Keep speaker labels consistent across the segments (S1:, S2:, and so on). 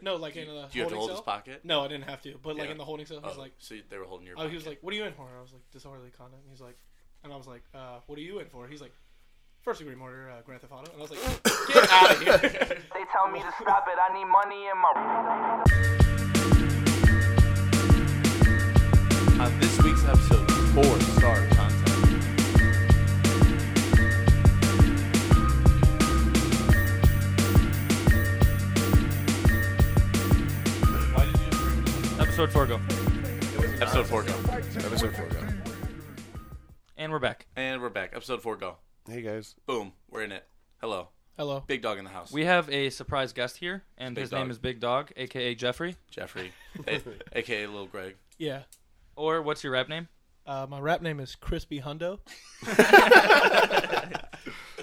S1: No, like
S2: Do
S1: in the
S2: you, do you have to
S1: holding
S2: hold
S1: cell.
S2: his pocket?
S1: No, No, I didn't have to. But like
S2: Yeah.
S1: in the holding cell, he's
S2: Oh,
S1: like,
S2: so they were holding your.
S1: oh, he was
S2: pocket.
S1: like, what are you in for? And I was like, disorderly conduct. And he's like, and I was like, uh, what are you in for? He's like, first degree murder, uh, Grand Theft Auto. And I was like, get out of here.
S3: They tell me to stop it. I need money in my.
S2: on Uh, this week's episode, four star content.
S4: Episode four, go.
S2: Episode four go,
S5: Episode four, go.
S4: And we're back.
S2: and we're back. Episode four go.
S5: Hey guys,
S2: Boom, we're in it. Hello,
S1: Hello.
S2: big dog in the house.
S4: We have a surprise guest here, and
S2: Big
S4: his
S2: Dog.
S4: name is Big Dog, aka Jeffrey.
S2: Jeffrey, a- aka Little Greg.
S1: Yeah.
S4: Or what's your rap name?
S1: Uh, my rap name is Crispy Hundo.
S2: Oh,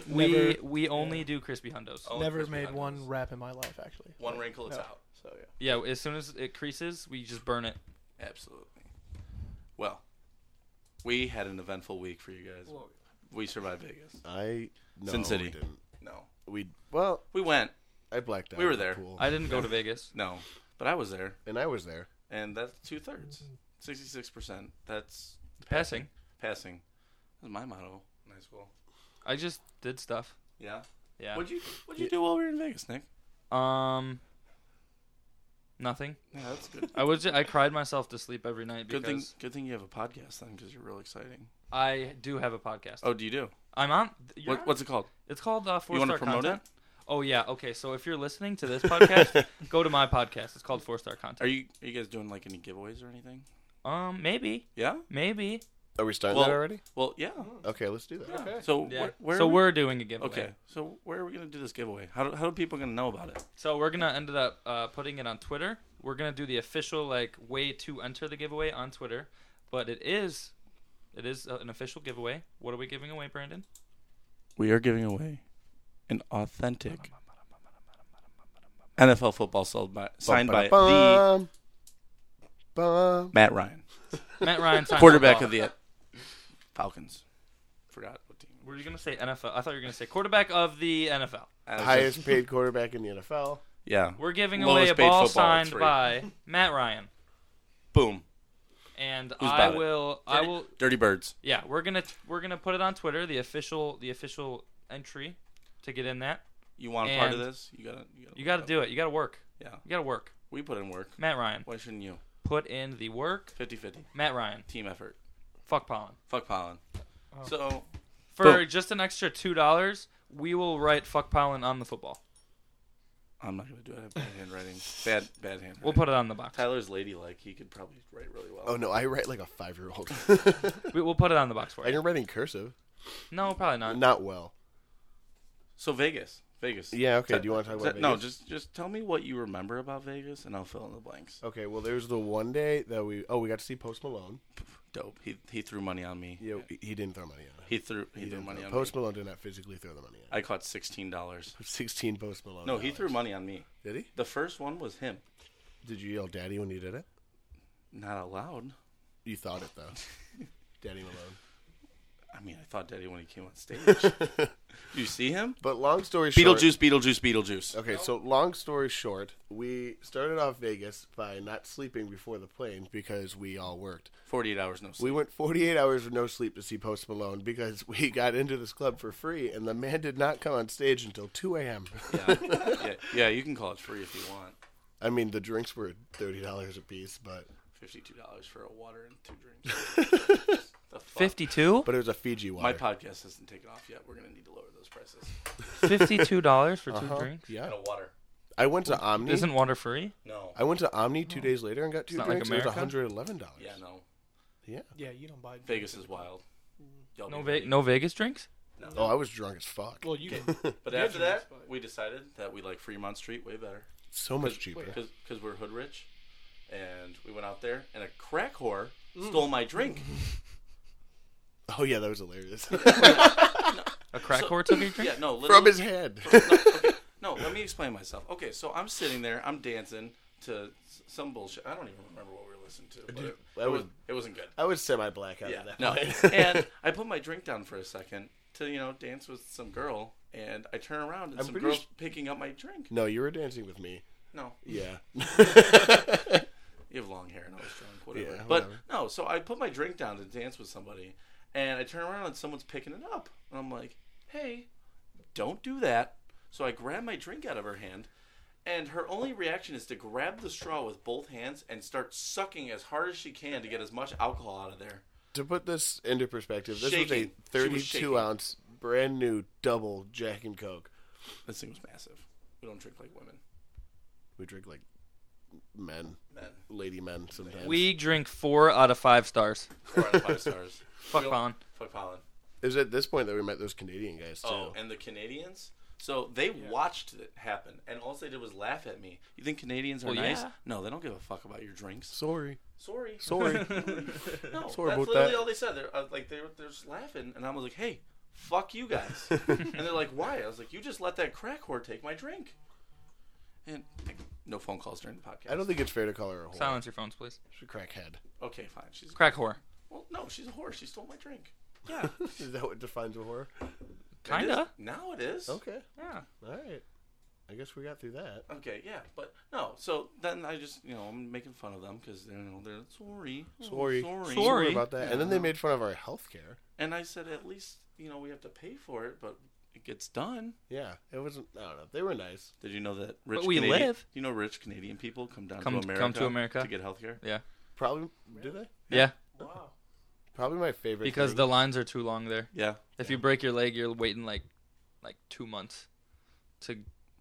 S4: We
S1: Never-
S4: we only do crispy hundos.
S2: Oh,
S1: Never
S2: Crispy
S1: made
S2: Hundos.
S1: one rap in my life, actually.
S2: One wrinkle, it's
S1: No.
S2: out.
S1: So yeah.
S4: Yeah, as soon as it creases, we just burn it.
S2: Absolutely. Well, we had an eventful week for you guys. We survived Vegas.
S5: I no,
S2: Sin City.
S5: We, didn't.
S2: No,
S5: we well,
S2: we went.
S5: I blacked out.
S2: We were
S5: at the
S2: there.
S5: pool.
S4: I didn't go to Vegas.
S2: No, but I was there,
S5: and I was there.
S2: and that's two thirds, sixty-six percent. That's
S4: Passing.
S2: passing. That's my motto in high school.
S4: I just did stuff.
S2: Yeah.
S4: Yeah.
S2: What'd you What'd you do while we were in Vegas, Nick?
S4: Um. Nothing.
S2: Yeah, that's good.
S4: I was ju- I cried myself to sleep every night because
S2: good thing. Good thing you have a podcast then, because you're real exciting.
S4: I do have a podcast.
S2: Oh, do you do?
S4: I'm on. you're
S2: What,
S4: on-
S2: what's it called?
S4: It's called uh, Four
S2: you want
S4: Star
S2: to promote
S4: Content. Oh yeah. Okay. So if you're listening to this podcast, go to my podcast. It's called Four Star
S2: it? Are
S4: Content.
S2: you Are you guys doing like any giveaways or anything?
S4: um. Maybe.
S2: Yeah.
S4: Maybe.
S5: Are we starting
S2: Well-
S5: that already?
S2: Well, yeah.
S5: Okay, let's do that.
S1: Okay.
S2: So
S4: Oh, Yeah.
S2: where, where
S4: so
S2: are we-
S4: we're doing a giveaway.
S2: okay. So where are we gonna do this giveaway? How do, how do people gonna know about it?
S4: So we're gonna end up uh, putting it on Twitter. We're gonna do the official like way to enter the giveaway on Twitter, but it is, it is uh, an official giveaway. What are we giving away, Brandon?
S2: We are giving away an authentic NFL football sold by, signed by the
S5: Bum, bum.
S2: Matt Ryan,
S4: Matt Ryan, signed
S2: quarterback
S4: football.
S2: of the Falcons. Forgot what team.
S4: Were you gonna say NFL? I thought you were gonna say quarterback of the NFL.
S2: I was
S5: highest
S2: just-
S5: paid quarterback in the NFL.
S2: yeah.
S4: We're giving
S2: Lowest
S4: away a
S2: paid
S4: ball
S2: football, it's
S4: signed
S2: free.
S4: by Matt Ryan,
S2: Boom.
S4: and
S2: Who's
S4: I
S2: about it?
S4: will, I
S2: Dirty-
S4: will,
S2: Dirty Birds.
S4: yeah, we're gonna we're gonna put it on Twitter. The official, the official entry to get in that.
S2: You want a part of
S4: And-
S2: this? You gotta. You gotta,
S4: You got to do it. You got to work.
S2: Yeah.
S4: You got to work.
S2: We put in work.
S4: Matt Ryan,
S2: Why shouldn't you?
S4: put in the work.
S2: 50-50.
S4: Matt Ryan.
S2: Team effort.
S4: Fuck pollen.
S2: Fuck pollen.
S4: Oh.
S2: So
S4: For
S2: Boom.
S4: just an extra two dollars, we will write fuck pollen on the football.
S2: I'm not gonna do it. I have bad handwriting. Bad bad handwriting.
S4: We'll put it on the box.
S2: Tyler's ladylike. He could probably write really well.
S5: Oh no, I write like a five-year-old.
S4: We, we'll put it on the box for
S5: I
S4: you.
S5: didn't write in cursive.
S4: No, probably not.
S5: Not well.
S2: So Vegas. Vegas.
S5: Yeah. Okay.
S2: Te-
S5: Do you want to talk
S2: te-
S5: about Vegas?
S2: No, just just tell me what you remember about Vegas, and I'll fill in the blanks.
S5: Okay. Well, there's the one day that we oh we got to see Post Malone.
S2: Dope. He he threw money on me.
S5: Yeah. He, he didn't throw money on. it.
S2: He threw he, threw
S5: didn't
S2: money
S5: throw-
S2: on
S5: Post
S2: me.
S5: Malone did not physically throw the money on.
S2: I caught sixteen dollars.
S5: it. Sixteen Post Malone.
S2: No, he
S5: dollars.
S2: threw money on me.
S5: Did he?
S2: The first one was him.
S5: Did you yell "Daddy" when you did it?
S2: Not allowed.
S5: You thought it though. Daddy Malone.
S2: I mean, I thought Daddy when he came on stage. you see him?
S5: But long story short,
S2: Beetlejuice, Beetlejuice, Beetlejuice.
S5: Okay, so long story short, we started off Vegas by not sleeping before the plane because we all worked.
S2: Forty-eight hours no sleep.
S5: We went 48 hours of no sleep to see Post Malone because we got into this club for free, and the man did not come on stage until 2 a.m.
S2: yeah. yeah, yeah, you can call it free if you want.
S5: I mean, the drinks were $30 a piece, but
S2: Fifty-two dollars for a water and two drinks. The fuck?
S4: Fifty-two.
S5: but it was a Fiji
S2: My
S5: water.
S2: podcast hasn't taken off yet. We're gonna need to lower those prices.
S4: Fifty-two dollars for 2 drinks.
S2: And
S5: yeah,
S2: a water.
S5: I went to Omni.
S4: Isn't water free?
S2: No.
S5: I went to Omni two days later and got two
S4: not like
S5: drinks. it was
S4: America?
S5: $111.
S2: Yeah, no.
S5: Yeah.
S1: Yeah, you don't buy
S2: Vegas is wild. Y'all
S4: No,
S2: be
S4: Ve-
S2: ready.
S4: no Vegas drinks.
S5: Oh, I was drunk as fuck.
S1: Well, you can.
S2: But
S1: Yeah,
S2: after that,
S1: Vegas, but-
S2: we decided that we like Fremont Street way better
S5: so much cheaper.
S2: because we're hood rich, and we went out there, and a crack whore
S5: Mm.
S2: stole my drink.
S5: Oh, yeah, that was hilarious.
S4: A crack whore took your drink.
S2: Yeah, no,
S5: From
S2: literally.
S5: his head.
S2: No, let me explain myself. Okay, so I'm sitting there, I'm dancing to s- some bullshit. I don't even remember what we were listening to. But it,
S5: I
S2: it, was,
S5: would-
S2: it wasn't good.
S5: I was semi black out
S2: Yeah,
S5: of that.
S2: no.
S5: point.
S2: and I put my drink down for a second to you know dance with some girl, and I turn around and
S5: I'm
S2: some
S5: pretty
S2: girl's
S5: s-
S2: picking up my drink.
S5: no, you were dancing with me.
S2: No,
S5: Yeah.
S2: you have long hair and I was drunk, whatever.
S5: Yeah,
S2: but
S5: whatever.
S2: no, so I put my drink down to dance with somebody, and I turn around and someone's picking it up, and I'm like, "Hey, don't do that." So I grab my drink out of her hand, and her only reaction is to grab the straw with both hands and start sucking as hard as she can to get as much alcohol out of there.
S5: to put this into perspective, this
S2: Shaking. She
S5: was a
S2: was shaking.
S5: 32 ounce, brand new double Jack and Coke.
S2: This thing was massive. We don't drink like women,
S5: We drink like men,
S2: men.
S5: lady men sometimes.
S4: We drink four out of five stars.
S2: Four out of five stars.
S4: Fuck
S2: Real-
S4: Colin.
S2: Fuck pollen.
S5: it was at this point that we met those Canadian guys too.
S2: Oh, and the Canadians. So they watched it happen, and all they did was laugh at me. You think Canadians are
S4: Well,
S2: nice?
S4: yeah.
S2: No, they don't give a fuck about your drinks.
S5: sorry,
S2: Sorry,
S5: sorry.
S2: no,
S5: sorry
S2: that's
S5: about
S2: literally
S5: that.
S2: all they said. They're uh, like they're they're just laughing, and I was like, hey, fuck you guys. and they're like, why? I was like, you just let that crack whore take my drink. And like, no phone calls during the podcast.
S5: I don't think it's fair to call her a whore.
S4: Silence your phones, please.
S5: She's a crackhead.
S2: Okay, fine. She's
S4: Crack whore.
S2: well, no, she's a whore. She stole my drink. Yeah,
S5: Is that what defines a whore?
S2: It is-
S4: Kinda.
S2: Now it is.
S5: Okay,
S4: Yeah.
S5: all right. I guess we got through that.
S2: Okay, yeah, but no. So then I just, you know, I'm making fun of them because they're, you know, they're sorry, oh,
S5: Sorry.
S2: sorry,
S4: Hmm. Sorry.
S5: about that. And then they made fun of our health care.
S2: And I said, at least, you know, we have to pay for it, but it gets done.
S5: Yeah, it wasn't. I don't know. They were nice.
S2: Did you know that rich?
S4: we
S2: Canadian,
S4: live.
S2: You know, rich Canadian people come down
S4: Come-
S2: to
S4: come
S2: America,
S4: to America.
S2: to get health care.
S4: Yeah.
S5: Probably do they?
S4: Yeah.
S1: Wow.
S5: Probably my favorite.
S4: Because
S5: thing.
S4: the lines are too long there.
S2: Yeah,
S4: If you break your leg, you're waiting like, like two months. To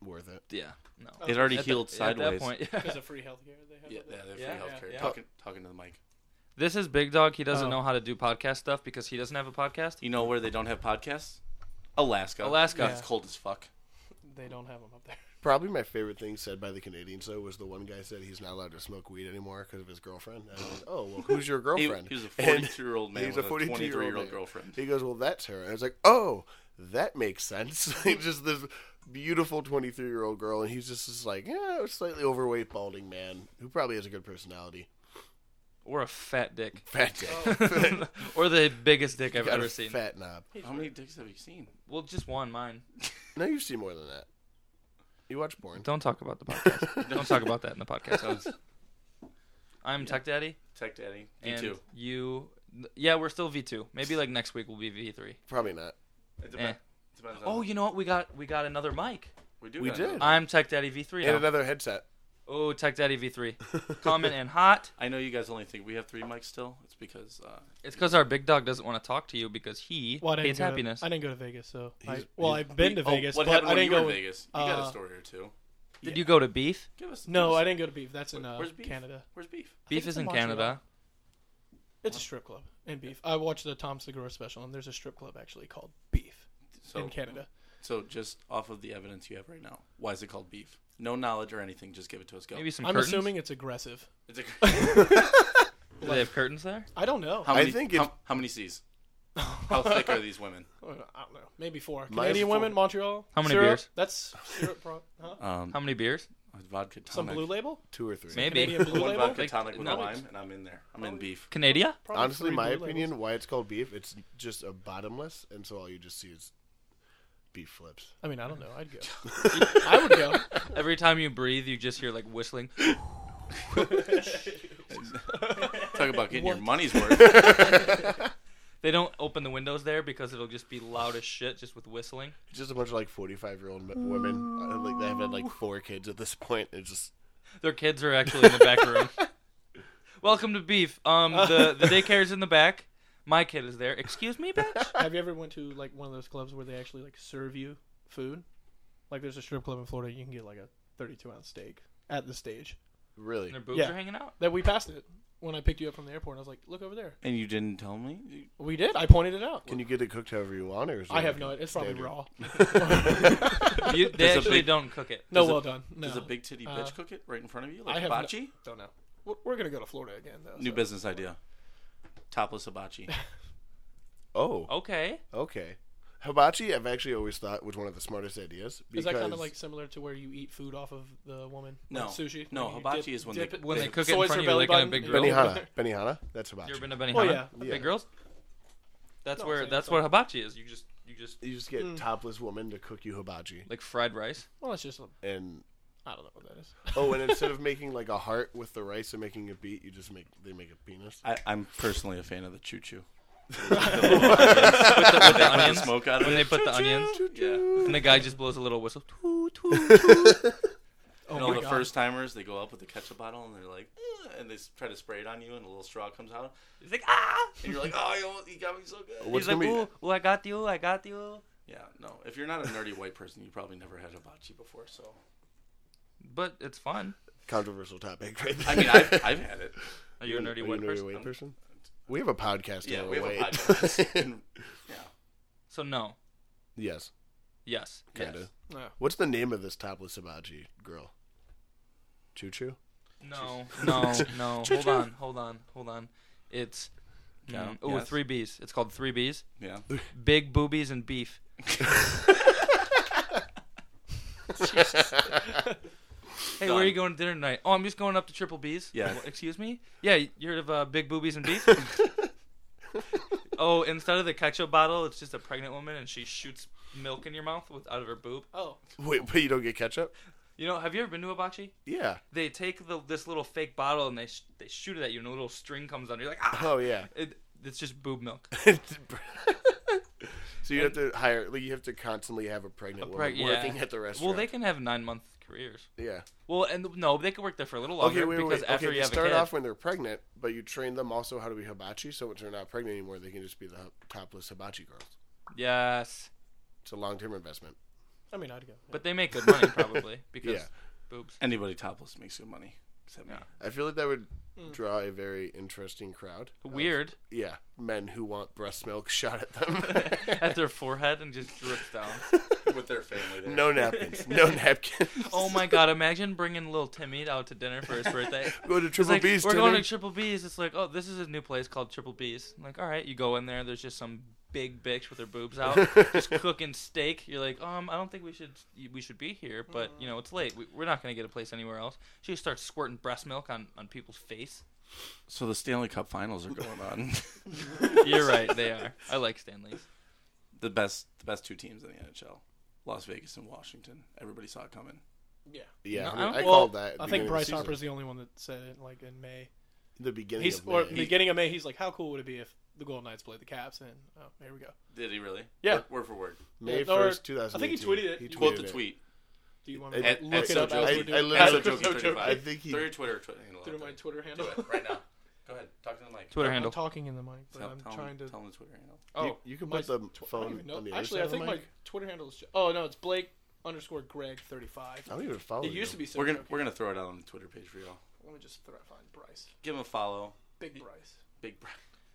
S5: worth it.
S4: yeah. No.
S1: Oh,
S2: it already
S4: At
S2: healed
S4: the-
S2: sideways.
S4: At that point, uh, yeah.
S1: Because of free healthcare they have.
S2: Yeah,
S1: over
S2: yeah,
S1: there.
S2: they're free
S4: Yeah,
S2: health care.
S1: yeah.
S2: Talking, talking to the mic.
S4: This is Big Dog. He doesn't
S1: Oh.
S4: know how to do podcast stuff because he doesn't have a podcast.
S2: You know where they don't have podcasts? Alaska.
S4: Alaska.
S2: It's
S1: Yeah.
S2: cold as fuck.
S1: They don't have them up there.
S5: Probably my favorite thing said by the Canadians though was the one guy said he's not allowed to smoke weed anymore because of his girlfriend. I was like, oh well, who's your
S2: He,
S5: girlfriend?
S2: he was a
S5: And
S2: 42 year old man
S5: he's
S2: with
S5: a
S2: a
S5: 42-year-old
S2: 23 year old
S5: man.
S2: girlfriend.
S5: He goes, well, that's her. And I was like, oh, that makes sense. Like, just this beautiful twenty three year old girl, and he's just this like, yeah, slightly overweight balding man who probably has a good personality.
S4: Or a fat dick.
S5: Fat dick.
S4: or the biggest dick I've
S5: Got a
S4: ever seen.
S5: Fat knob.
S2: How many dicks have you seen?
S4: Well, just one, mine.
S5: No, you see more than that. You watch porn.
S4: Don't talk about the podcast. Don't talk about that in the podcast. I'm Tech Daddy,
S2: Tech Daddy. Me
S4: and
S2: too.
S4: you. Yeah, we're still V two. Maybe like next week we'll be V three.
S5: Probably not.
S2: It depen-
S4: Eh.
S2: depends on
S4: Oh, you know what? We got we got another mic.
S2: We do.
S5: We
S2: gotta do
S5: did.
S2: that.
S4: I'm Tech Daddy V three.
S5: And another headset.
S4: Oh, Tech Daddy V three. Common and hot.
S2: I know you guys only think we have three mics still. It's because uh,
S4: It's because our big dog doesn't want to talk to you because he
S1: Well, I didn't
S4: hates
S1: go to-
S4: happiness.
S1: I didn't go to Vegas, so. I,
S5: He's-
S1: well,
S5: he's-
S1: I've been to
S2: Oh,
S1: Vegas,
S2: what
S1: but
S2: happened
S1: I
S2: when
S1: didn't
S2: you were
S1: go.
S2: in Vegas? You got a
S1: uh,
S2: story or two.
S4: Did you go to Beef?
S2: Give us.
S1: No,
S2: give us-
S1: I didn't go to Beef. That's in uh,
S2: Where's beef?
S1: Canada.
S2: Where's beef?
S4: Beef
S1: it's
S4: is
S1: in
S4: in
S1: Montreal.
S4: Canada.
S1: It's a strip club in Beef. I watched the Tom Segura special, and there's a strip club actually called Beef
S2: So,
S1: in Canada.
S2: So just off of the evidence you have right now, why is it called beef? No knowledge or anything. Just give it to us. Go.
S4: Maybe some
S1: I'm
S4: curtains.
S1: assuming it's aggressive.
S2: It's a-
S4: Do they have curtains there?
S1: I don't know.
S2: how many?
S5: think
S2: how,
S5: it-
S2: how many C's? How thick are these women?
S1: I don't know. Maybe four.
S5: Mine's
S1: Canadian
S5: four.
S1: women, Montreal.
S4: How many
S1: syrup?
S4: beers? Oh,
S1: That's syrup, pro- huh?
S2: Um,
S4: How many beers?
S2: vodka
S1: Some
S2: tonic.
S1: blue label?
S5: Two or three.
S4: Maybe.
S1: Canadian blue
S2: One
S1: label?
S2: vodka
S4: Like,
S2: tonic with
S4: no.
S2: a lime, and I'm in there. I'm in beef.
S4: Canadia?
S1: Probably
S5: Honestly,
S1: three
S5: my
S1: blue
S5: opinion,
S1: labels.
S5: why it's called beef, it's just a bottomless, and so all you just see is beef flips.
S1: I mean, I don't know. I'd go. I would go.
S4: Every time you breathe, you just hear like whistling.
S2: Talk about getting your
S1: What?
S2: money's worth.
S4: They don't open the windows there because it'll just be loud as shit, just with whistling.
S5: It's just a bunch of like forty-five-year-old women, uh, like they have had like four kids at this point. It's just
S4: Their kids are actually in the back room. Welcome to Beef. Um, the the daycare's in the back. My kid is there. Excuse me, bitch.
S1: Have you ever went to like one of those clubs where they actually like serve you food? Like, there's a strip club in Florida. You can get like a 32 ounce steak at the stage.
S5: really
S4: And their boobs
S1: Yeah.
S4: are hanging out.
S1: That we passed it when I picked you up from the airport. I was like, look over there.
S2: and you didn't tell me.
S1: We did. I pointed it out.
S5: Can you get it cooked however you want, or is
S1: I
S5: there,
S1: have
S5: like,
S1: no.
S5: a
S1: It's probably
S5: standard?
S1: raw.
S4: You, they
S2: Does a
S4: actually
S2: big-
S4: don't cook it.
S1: No,
S2: Does a-
S1: well done. No.
S2: Does a big titty
S1: Uh,
S2: bitch cook it right in front of you,
S1: I
S2: like
S1: have no-
S2: hibachi?
S1: Don't know. We're, we're gonna go to Florida again though.
S2: New
S1: so-
S2: business idea. Topless hibachi.
S5: Oh,
S4: Okay.
S5: okay. Hibachi, I've actually always thought was one of the smartest ideas.
S1: Is
S5: Because
S1: that kind of like similar to where you eat food off of the woman?
S2: No.
S1: Like sushi.
S2: No,
S1: Like you
S2: hibachi
S1: dip-
S2: is when
S1: dip
S2: they-
S1: it-
S4: When they
S1: dip-
S4: cook it in
S1: soy
S4: front of
S1: your
S4: you, like
S1: belly
S4: in a big
S1: button.
S4: grill.
S5: Benihana? Benihana, that's
S4: You
S5: hibachi.
S4: ever been to Benihana?
S1: Oh yeah.
S5: Yeah.
S4: Big girls. That's
S1: No,
S4: where.
S1: same
S4: That's
S1: thing.
S4: what hibachi is. You just. You just
S1: Hmm.
S5: You just get topless woman to cook you hibachi,
S4: like fried rice.
S1: Well, it's just
S5: and
S1: I don't know what that is.
S5: Oh, and instead of making like a heart with the rice and making a beat, you just make they make a penis.
S2: I, I'm personally a fan of the choo choo.
S4: With the, with the onions.
S2: smoke out of
S4: when
S2: it.
S4: they put the onions,
S2: Yeah.
S4: and the guy just blows a little whistle. Toot, toot.
S1: Oh
S2: and all
S1: my
S2: the
S1: God.
S2: first timers, they go up with the ketchup bottle and they're like, "Ugh," and they s- try to spray it on you, and a little straw comes out,
S4: He's like, ah!
S2: and you're like, oh, you almost- you got me so good.
S5: What's
S4: He's like,
S5: gonna be-
S4: ooh, ooh, I got you, I got you.
S2: Yeah, no. If you're not a nerdy white person, you probably never had hibachi before. So
S4: But it's fun.
S5: Controversial topic, right?
S2: I mean, I've, I've had it.
S4: Are you a nerdy white person?
S5: white person? We have a podcast.
S2: Yeah,
S5: on
S2: we have a
S5: white.
S2: podcast. And- yeah,
S4: So no.
S5: yes,
S4: Yes.
S5: kind of.
S2: Yes.
S1: Yeah.
S5: What's the name of this topless hibachi girl? Choo choo.
S4: No. No. No. hold on. Hold on. Hold on. It's.
S2: Yeah,
S4: Mm, ooh,
S2: yes.
S4: three B's. It's called three B's.
S2: yeah.
S4: Big boobies and beef. Hey, where are you going to dinner tonight? Oh, I'm just going up to Triple B's.
S2: Yeah.
S4: Well, excuse me? Yeah, you heard of uh, Big Boobies and Beef? oh, instead of the ketchup bottle, it's just a pregnant woman and she shoots milk in your mouth with, out of her boob.
S1: Oh,
S5: Wait, but you don't get ketchup?
S4: You know, have you ever been to Hibachi?
S5: Yeah.
S4: They take the, this little fake bottle and they sh- they shoot it at you and a little string comes under. You're like, ah!
S5: Oh yeah.
S4: It, it's just boob milk.
S5: so you have to hire. Like, you have to constantly have a pregnant woman
S4: preg- yeah.
S5: working at the restaurant.
S4: Well, they can have nine month careers.
S5: yeah.
S4: Well, and no, they could work there for a little longer
S5: Okay, wait,
S4: because
S5: wait.
S4: after
S5: okay,
S4: you
S5: they
S4: have a
S5: start
S4: kid,
S5: off when they're pregnant, but you train them also how to be hibachi. So once they're not pregnant anymore, they can just be the hi- topless hibachi girls.
S4: yes,
S5: It's a long-term investment.
S1: I mean, I'd go.
S4: but they make good money probably because
S5: Yeah.
S4: boobs.
S2: Anybody topless makes good money. Except me.
S5: I feel like that would draw a very interesting crowd. of-
S4: Weird
S5: yeah, men who want breast milk shot at them.
S4: at their forehead and just drips down.
S2: With their family there.
S5: no napkins. No napkins.
S4: Oh my god! Imagine bringing little Timmy out to dinner for his birthday.
S5: Go to
S4: It's
S5: Triple
S4: like,
S5: B's.
S4: we're going
S5: Timmy.
S4: to Triple B's. It's like, oh, this is a new place called Triple B's. I'm like, all right, you go in there. There's just some big bitch with her boobs out, just cooking steak. You're like, um, I don't think we should we should be here, but you know it's late. We, we're not gonna get a place anywhere else. She starts squirting breast milk on on people's face.
S2: So the Stanley Cup Finals are going on.
S4: You're right, they are. I like Stanley's.
S2: the best, the best two teams in the NHL, Las Vegas and Washington. Everybody saw it coming.
S1: Yeah.
S5: Yeah,
S4: No, I
S5: I, mean,
S4: don't-
S5: I
S1: Well,
S5: called that. at the
S1: I
S5: beginning
S1: think
S5: of
S1: Bryce
S5: the season.
S1: Harper's the only one that said it like in May.
S5: the beginning
S1: He's
S5: of
S1: or
S5: May.
S1: beginning of May. He's like, how cool would it be if the Golden Knights played the Caps? And oh, here we go.
S2: Did he really?
S1: Yeah.
S2: Word, word for word.
S5: May
S1: Or-
S5: first, two
S1: I
S5: thousand.
S1: think he tweeted it. You
S2: Quote the tweet.
S1: Do you want me
S5: At-
S1: to
S5: at
S1: look it
S5: So
S1: up?
S5: Joe-
S1: as
S5: I-
S1: we're doing
S5: I
S1: it?
S5: literally-
S1: As we're
S5: So
S1: doing it.
S5: I think he-
S2: Through your Twitter, Twitter handle.
S1: Through my Twitter
S2: Do
S1: handle.
S2: it right now. Go ahead. Talk to the mic.
S4: Twitter
S1: I'm
S4: handle.
S1: talking in the mic, but
S2: Tell,
S1: I'm
S2: tell
S1: trying
S2: him,
S1: to.
S2: tell him the Twitter handle.
S5: You,
S4: Oh,
S5: you can
S1: My
S5: put the
S1: tw- I don't
S5: phone
S1: even know.
S5: on the other
S1: Actually,
S5: side
S1: I
S5: of the
S1: think my
S5: mic.
S1: Twitter handle is. Jo- Oh no, it's Blake underscore Greg thirty five.
S5: I don't even follow.
S1: It
S5: you.
S1: used to be. So
S2: We're gonna
S1: joking.
S2: we're gonna throw it out on the Twitter page for y'all.
S1: Let me just throw, find Bryce.
S2: Give him a follow.
S1: Big Bryce.
S2: Big Bra-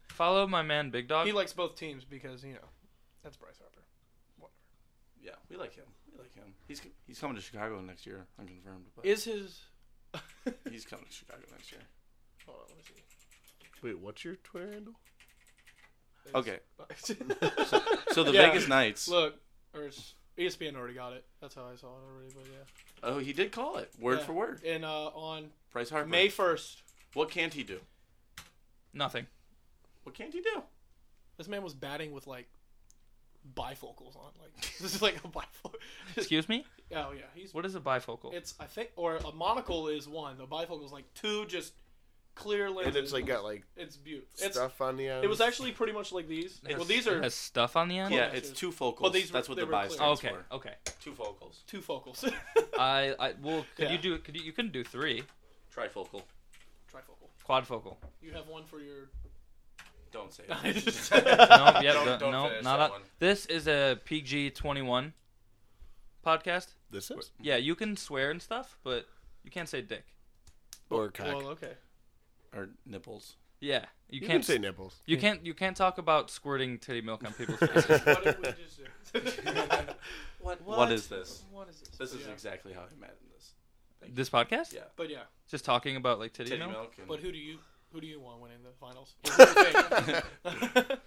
S4: follow my man Big Dog.
S1: He likes both teams because you know that's Bryce Harper.
S2: Yeah, we like him. We like him. He's he's coming to Chicago next year. Unconfirmed, but
S1: Is his?
S2: he's coming to Chicago next year.
S1: Hold on, let me see.
S5: Wait, what's your Twitter handle?
S1: It's-
S2: Okay.
S1: Bryce.
S2: So the
S1: Yeah.
S2: Vegas Knights.
S1: Look, or it's, E ESPN already got it. That's how I saw it already. But yeah,
S2: Oh, he did call it word
S1: Yeah.
S2: for word.
S1: And uh, on
S2: Price Harper.
S1: May first,
S2: what can't he do?
S4: Nothing.
S2: What can't he do?
S1: this man was batting with like bifocals on. Like this is like a bifocal.
S4: Excuse me.
S1: oh yeah, he's.
S4: What is a bifocal?
S1: It's I think or a monocle is one. The bifocal is like two, just clear lenses.
S5: And it's like got like
S1: it's beautiful. It's,
S5: stuff on the end.
S1: it was actually pretty much like these.
S4: It
S1: well,
S4: has-
S1: these
S4: it
S1: are
S4: has stuff on the end.
S2: Yeah,
S1: that's
S2: it's
S1: it.
S2: two focals.
S1: Well, these were-
S2: That's what
S1: they
S2: the
S1: were
S2: buy
S1: clear.
S2: stands
S4: Okay.
S2: for.
S4: Okay.
S2: Two focals.
S1: two focals,
S4: I, I well, could
S1: Yeah.
S4: you do? Could you, you couldn't do three
S2: Trifocal.
S1: trifocal.
S4: quadfocal?
S1: You have one for your.
S2: Don't say
S1: no,
S2: it.
S4: No, yeah,
S2: Don't-
S4: no,
S2: don't
S4: no,
S2: finish
S4: not
S2: that
S4: a-
S2: one.
S4: This is a PG twenty one podcast.
S5: this is
S4: Yeah, you can swear and stuff, but you can't say dick.
S5: or cock.
S1: Well, okay.
S2: or nipples.
S4: Yeah, you,
S5: you can
S4: can't
S5: say nipples.
S4: You can't. You can't talk about squirting titty milk on people's faces.
S1: What did we just do?
S2: what is this?
S1: What is this?
S2: This is
S1: Yeah.
S2: exactly how I imagined this.
S4: this podcast?
S2: Yeah.
S1: But yeah,
S4: Just talking about like titty,
S2: Titty
S4: milk.
S2: milk and
S1: but who do you who do you want winning the finals? Or who do you think?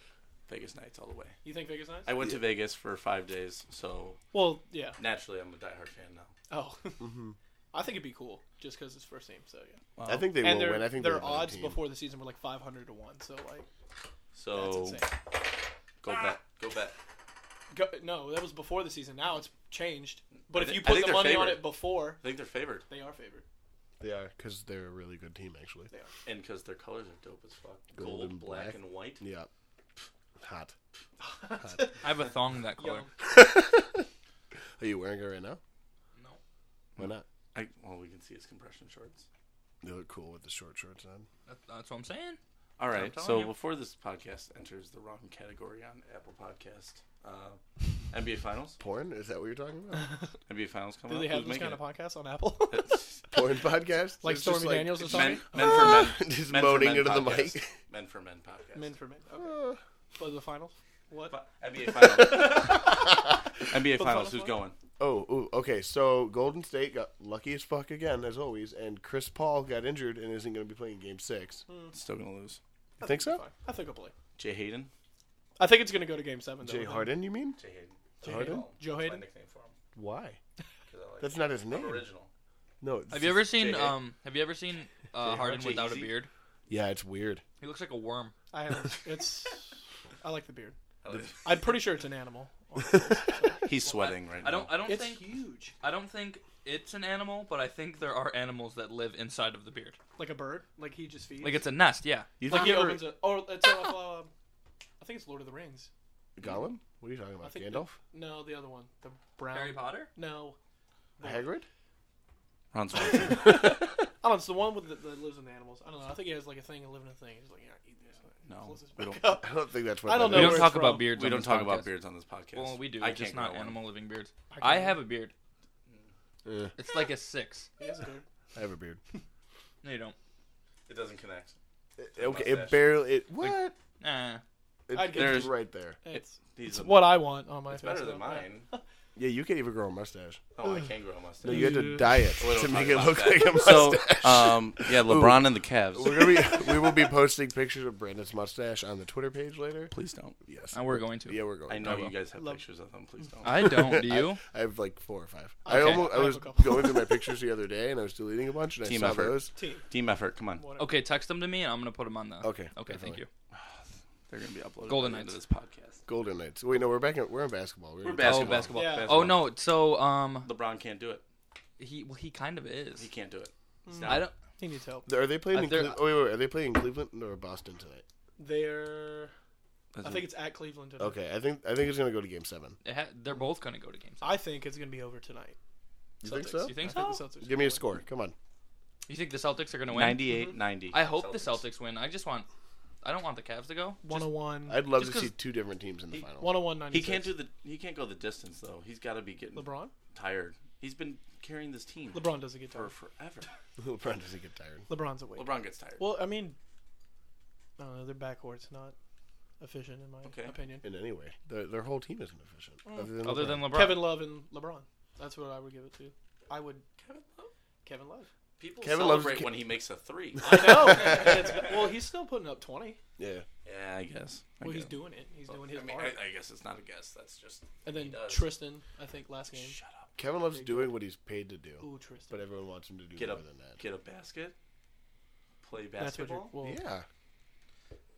S2: Vegas Knights all the way.
S1: you think Vegas Knights?
S2: I went to Vegas for five days, so
S1: Well, yeah.
S2: naturally I'm a diehard fan now.
S1: Oh,
S5: Mm-hmm.
S1: I think it'd be cool just because it's first team. So yeah,
S5: I think they
S1: and
S5: will
S1: their
S5: win. I think they're
S1: their
S5: a better
S1: odds
S5: team.
S1: before the season were like
S5: Oh.
S1: five hundred to one. So like that's
S2: So Ah!
S1: insane.
S2: go bet, go bet.
S1: Go, no, that was before the season. Now it's changed. But
S2: I
S1: if
S2: thi-
S1: you
S2: I
S1: put
S2: think
S1: the
S2: they're
S1: money on
S2: favored.
S1: it before,
S2: I think they're favored,
S1: they are favored.
S5: They are because they're a really good team, actually.
S1: They are.
S2: and because their colors are dope as fuck.
S5: Gold
S2: Gold,
S5: and
S2: black,
S5: black.
S2: and white.
S5: Yeah, hot.
S4: I have a thong that color.
S1: Yo,
S5: Are you wearing it right now?
S4: No.
S5: Why not?
S2: I, well, we can see his compression shorts.
S5: They look cool with the short shorts on.
S4: That, that's what I'm saying.
S2: All
S4: what I'm
S2: right.
S4: telling
S2: So
S4: you.
S2: before this podcast enters the wrong category on Apple Podcast, uh, NBA Finals.
S5: Porn? Is that what you're talking about?
S2: NBA Finals coming
S1: Do
S2: up.
S1: they have
S2: Who's
S1: this kind of
S2: making
S1: podcasts on Apple?
S2: it? Uh,
S5: Porn podcast?
S1: like
S5: It's just
S1: Stormy Daniels or
S2: It's
S1: something?
S2: men, men for men.
S5: Just
S2: men
S5: moaning
S2: for men
S5: into the
S2: podcast.
S5: mic.
S2: Men for men podcast.
S1: Men for men. Okay.
S5: Uh,
S1: For the finals. What?
S2: Fi- NBA Finals. NBA
S1: For the
S2: Finals.
S1: final
S2: Who's
S1: four?
S2: going?
S5: Oh, ooh, okay. So Golden State got lucky as fuck again, as always, and Chris Paul got injured and isn't going to be playing Game Six.
S2: Still gonna lose.
S5: You think so?
S1: Hmm. Fine. I think I'll play.
S2: Jay Hayden.
S1: I think it's going to go to game seven. Though,
S5: Jay
S1: with them.
S5: Harden, you mean?
S2: Jay Hayden.
S1: Jay Harden? Joe Hayden?
S2: nickname for him.
S5: Why?
S2: 'cause I like
S5: That's
S2: him.
S5: not his name.
S2: I'm original.
S5: No.
S4: Have you ever seen
S2: Jay.
S4: um? Have you ever seen uh,
S2: Jay
S4: Harden
S2: Harden,
S4: without a
S2: Jay-Z.
S4: beard?
S5: Yeah, it's weird.
S4: He looks like a worm.
S1: I haven't. It's. I like the beard.
S2: I like-
S1: I'm pretty sure it's an animal.
S2: He's sweating right
S4: I don't.
S2: now.
S4: I don't
S1: It's
S4: think.
S1: huge.
S4: I don't think it's an animal, but I think there are animals that live inside of the beard.
S1: Like a bird. Like he just feeds.
S4: Like it's a nest. Yeah.
S2: You
S1: Like
S2: think
S1: he
S2: ever-
S1: opens a. Or it's a. Uh, I think it's Lord of the Rings.
S5: Gollum? What are you talking
S1: Hmm. I
S5: about?
S1: think
S5: Gandalf?
S1: No, the other one. The brown.
S4: Harry Potter.
S1: No. the-
S5: Hagrid?
S2: Ron Swanson.
S1: I don't know. Oh, It's the one with the, that lives in the animals. I don't know. I think he has like a thing, a living thing. He's like, yeah, eat this.
S2: No,
S1: Close this
S2: we
S1: back
S2: don't-
S1: up.
S5: I don't think that's what.
S1: I don't
S5: that
S1: know
S4: we don't
S5: is.
S1: where
S4: talk
S1: it's
S4: about
S1: from.
S4: beards.
S2: we
S4: on
S2: don't
S4: this
S2: talk about
S4: podcast.
S2: beards on this podcast.
S4: Well, we do.
S2: I
S4: just
S2: can't
S4: not
S2: grow one.
S4: animal living beards.
S1: can't
S4: I
S1: grow
S4: have a beard.
S5: Eh,
S4: It's like a six.
S1: He has a beard.
S5: I have a beard.
S4: No, you don't.
S2: It doesn't connect.
S5: Okay,
S2: mustache.
S5: it barely. It what?
S4: Nah.
S5: It,
S1: I'd get
S5: it's
S2: it.
S5: right there.
S1: It's,
S2: These
S1: it's
S2: are-
S1: what I want on my
S2: It's
S1: face.
S2: better than
S1: though. Yeah.
S2: mine.
S5: Yeah, you can't even grow a mustache.
S2: Oh, I can grow a mustache.
S5: No, you had to
S1: Yeah.
S5: dye it
S2: We don't
S5: to
S2: talk
S5: make it
S2: about
S5: look
S2: that.
S5: like a mustache.
S2: So, um, yeah, LeBron and the Cavs.
S5: We're gonna be, we will be posting pictures of Brandon's mustache on the Twitter page later.
S2: Please don't.
S5: Yes.
S4: Uh, we're going to.
S5: yeah, we're going.
S2: I know you
S4: will.
S2: guys have
S1: Love-
S2: pictures of them. Please don't.
S4: I don't. Oh, Do you?
S5: I have like four or five. I
S4: Okay.
S5: almost
S1: I
S5: I
S1: have
S5: was
S1: a couple.
S5: going through my pictures the other day and I was deleting a bunch and
S2: Team
S5: I saw
S2: effort.
S5: those.
S1: Team.
S2: Team effort. Come on.
S1: Whatever.
S4: Okay, text them to me, and I'm gonna put them on the.
S5: Okay,
S4: Okay. Thank
S5: definitely.
S4: you.
S2: They're gonna be uploaded.
S4: Golden
S2: by the end of this
S4: Knights.
S2: podcast.
S5: Golden Knights. Wait, no, we're back. In, we're in basketball.
S2: We're
S5: in
S2: basketball.
S4: Oh, basketball.
S1: Yeah.
S4: Oh no. So um,
S2: LeBron can't do it.
S4: he well, he kind of is.
S2: He can't do it.
S1: Mm.
S2: He's not-
S4: I don't.
S1: He needs help.
S5: Are they playing?
S4: Uh,
S5: in
S4: they're-
S5: Cle- oh, wait, wait, Are they playing Cleveland or Boston tonight?
S1: They're. I
S2: doesn't-
S1: think it's at Cleveland today.
S5: Okay, I think I think it's gonna go to Game Seven.
S4: It ha- they're both gonna go to games.
S1: I think it's going to be over tonight.
S5: You think
S1: Celtics.
S5: so?
S4: You think
S1: I
S4: so?
S1: think the Celtics.
S5: Give me a score. Come on.
S4: You think the Celtics are gonna win?
S2: 98, 90.
S4: Mm-hmm. I hope the Celtics win. I just want. I don't want the Cavs to go. Just-
S1: 101.
S5: I'd love
S4: Just
S5: to see
S4: 'cause-
S5: two different teams in the final.
S1: 101
S2: He can't do the. He can't go the distance though. He's got to be getting
S1: LeBron?
S2: tired. He's been carrying this team
S1: LeBron doesn't get
S2: for
S1: tired.
S2: forever.
S5: LeBron doesn't get tired.
S1: LeBron's awake.
S2: LeBron gets tired.
S1: Well, I mean, I don't know. Their backcourt's not efficient, in my
S2: Okay.
S1: opinion.
S5: In any way, their, their whole team isn't efficient.
S1: Mm.
S5: Other than
S4: Other
S5: LeBron.
S4: than LeBron.
S1: Kevin Love and LeBron. That's what I would give it to. I would.
S2: Kevin Love.
S1: Kevin Love.
S2: People
S5: Kevin loves-
S2: celebrate when he makes a three.
S1: No. it's, well, he's still putting up 20.
S5: yeah,
S2: yeah, I guess. I
S1: Well, he's
S2: guess.
S1: doing it. He's doing his
S2: Oh, I mean,
S1: part. Mm-hmm.
S2: I, I guess it's not a guess. That's just.
S1: and
S2: he
S1: then
S2: does.
S1: Tristan, I think, last game.
S2: Shut up.
S5: Kevin loves doing what he's paid to do,
S1: Ooh, Tristan.
S5: but everyone wants him to do
S2: Get
S5: more
S2: up.
S5: than that.
S2: Get a basket. Play
S1: That's what you're.
S2: basketball.
S1: Well,
S5: Yeah.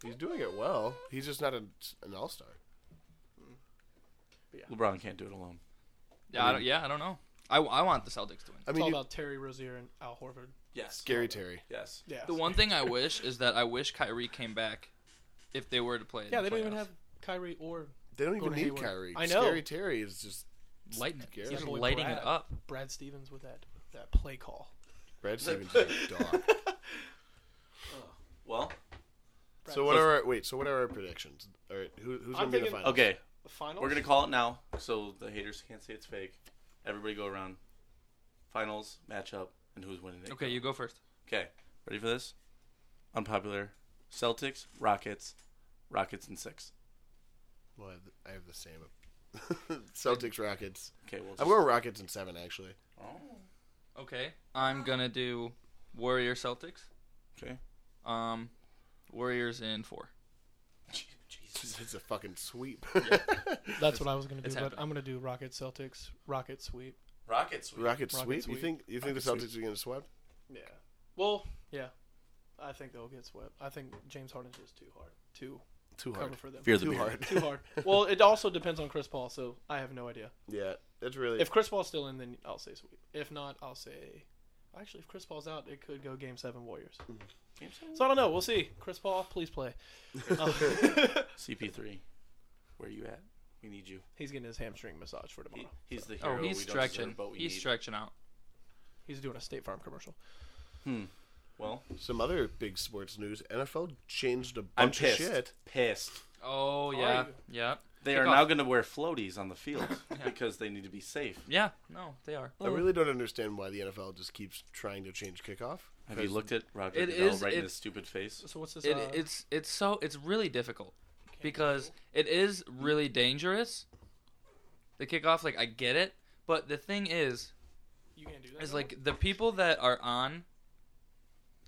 S5: He's doing it well. He's just not an, an all star.
S2: LeBron can't do it alone.
S4: Yeah, I don't, yeah, I don't know. I, I want the Celtics to win.
S5: I
S1: It's
S5: mean,
S1: all
S5: you-
S1: about Terry Rozier and Al Horford.
S2: Yes.
S5: Gary Terry.
S2: Yes.
S1: Yeah.
S4: The one thing I wish is that I wish Kyrie came back if they were to play. in
S1: Yeah,
S4: the
S1: they don't even
S4: playoffs.
S1: have Kyrie or
S5: They don't even
S1: Gordon
S5: need
S1: Hayward.
S5: Kyrie.
S1: I know.
S5: Gary Terry is just.
S4: lighting. it.
S5: Scary.
S4: He's
S5: Yeah,
S1: boy,
S4: lighting
S1: Brad.
S4: it up.
S1: Brad Stevens with that that play call.
S5: Brad Stevens is a dog.
S2: Well.
S5: So what are our, wait? So what are our predictions? All right, who, who's
S1: I'm
S5: gonna be in the
S1: thinking-
S5: final?
S2: Okay.
S1: The finals.
S2: We're gonna call it now, so the haters can't say it's fake. Everybody go around. Finals matchup and who's winning it.
S4: Okay, you go first.
S2: Okay. Ready for this? Unpopular. Celtics. Rockets. Rockets and six.
S5: Well, I have the, I have the same. Celtics Rockets.
S2: Okay. We'll oh, just,
S5: I'm going Rockets in seven actually.
S4: Okay, I'm gonna do Warrior Celtics.
S2: Okay.
S4: Um, Warriors in four.
S5: It's, it's a fucking sweep.
S1: That's what I was gonna do,
S4: it's
S1: but
S4: happening.
S1: I'm gonna do Rockets Celtics Rocket sweep.
S2: Rockets.
S5: Rockets sweep. You
S1: sweep.
S5: think you think the Celtics are gonna sweep?
S1: Yeah. Well, yeah. I think they'll get swept. I think James Harden's just too hard, too
S5: Too
S1: cover
S5: hard.
S1: for them.
S2: Fear the
S5: Too
S2: beard.
S5: hard.
S1: Too hard. Well, it also depends on Chris Paul, so I have no idea.
S5: Yeah, that's really.
S1: If Chris Paul's still in, then I'll say sweep. If not, I'll say. Actually, if Chris Paul's out, it could go Game Seven Warriors. So I don't know. We'll see. Chris Paul, please play. Uh,
S2: CP3, where you at? We need you.
S1: he's getting his hamstring massage for
S2: He-
S1: tomorrow.
S2: he's the
S4: Oh,
S2: hero.
S4: he's
S2: we don't
S4: stretching.
S2: Deserve, but we
S4: He's
S2: need.
S4: stretching out.
S1: He's doing a State Farm commercial.
S2: Well,
S5: Some other big sports news: NFL changed a
S2: I'm
S5: bunch of
S2: pissed.
S5: shit.
S2: Pissed.
S4: Oh yeah,
S1: you-
S4: yeah,
S2: They
S4: Kick
S2: are
S4: off.
S2: now going to wear floaties on the field because they need to be safe.
S4: yeah. No, they are.
S5: I really don't understand why the NFL just keeps trying to change kickoff.
S2: Have you looked at Roger
S4: It
S2: Goodell
S4: is-
S2: right in
S4: it-
S2: his stupid face?
S1: So what's this?
S4: It,
S1: uh,
S4: it's it's so it's really difficult because it is really dangerous. The kickoff, like I get it, but the thing is,
S1: you can't do that.
S4: is
S1: no?
S4: like the people that are on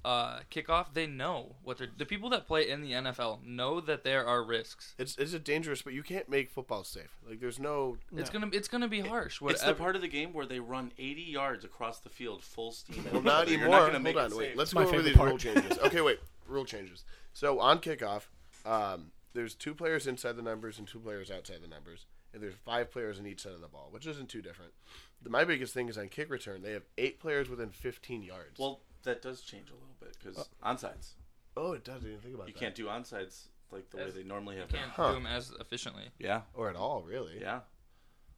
S4: uh kickoff, they know what they're. The people that play in the NFL know that there are risks.
S5: It's it's a dangerous, but you can't make football safe. Like there's no.
S4: It's gonna it's gonna be harsh.
S2: It's the
S4: Whatever.
S2: part of the game where they run 80 yards across the field full steam. at
S5: Well,
S2: each
S5: not
S2: other. You're
S5: anymore.
S2: gonna make
S5: Hold on,
S2: it
S5: wait.
S2: safe.
S5: Let's
S1: My
S5: go over
S1: favorite
S5: these rule
S1: part.
S5: changes. Okay, wait. Rule changes. So on kickoff, um, there's two players inside the numbers and two players outside the numbers, and there's five players on each side of the ball, which isn't too different. The, my biggest thing is on kick return. They have eight players within 15 yards.
S2: Well, that does change a little bit because onsides.
S5: oh, it does. I didn't think about
S2: You
S5: that.
S2: can't do onsides like the way they normally have.
S4: Can't
S2: done.
S5: Huh.
S4: do 'em as efficiently.
S2: Yeah,
S5: or at all, really.
S2: yeah.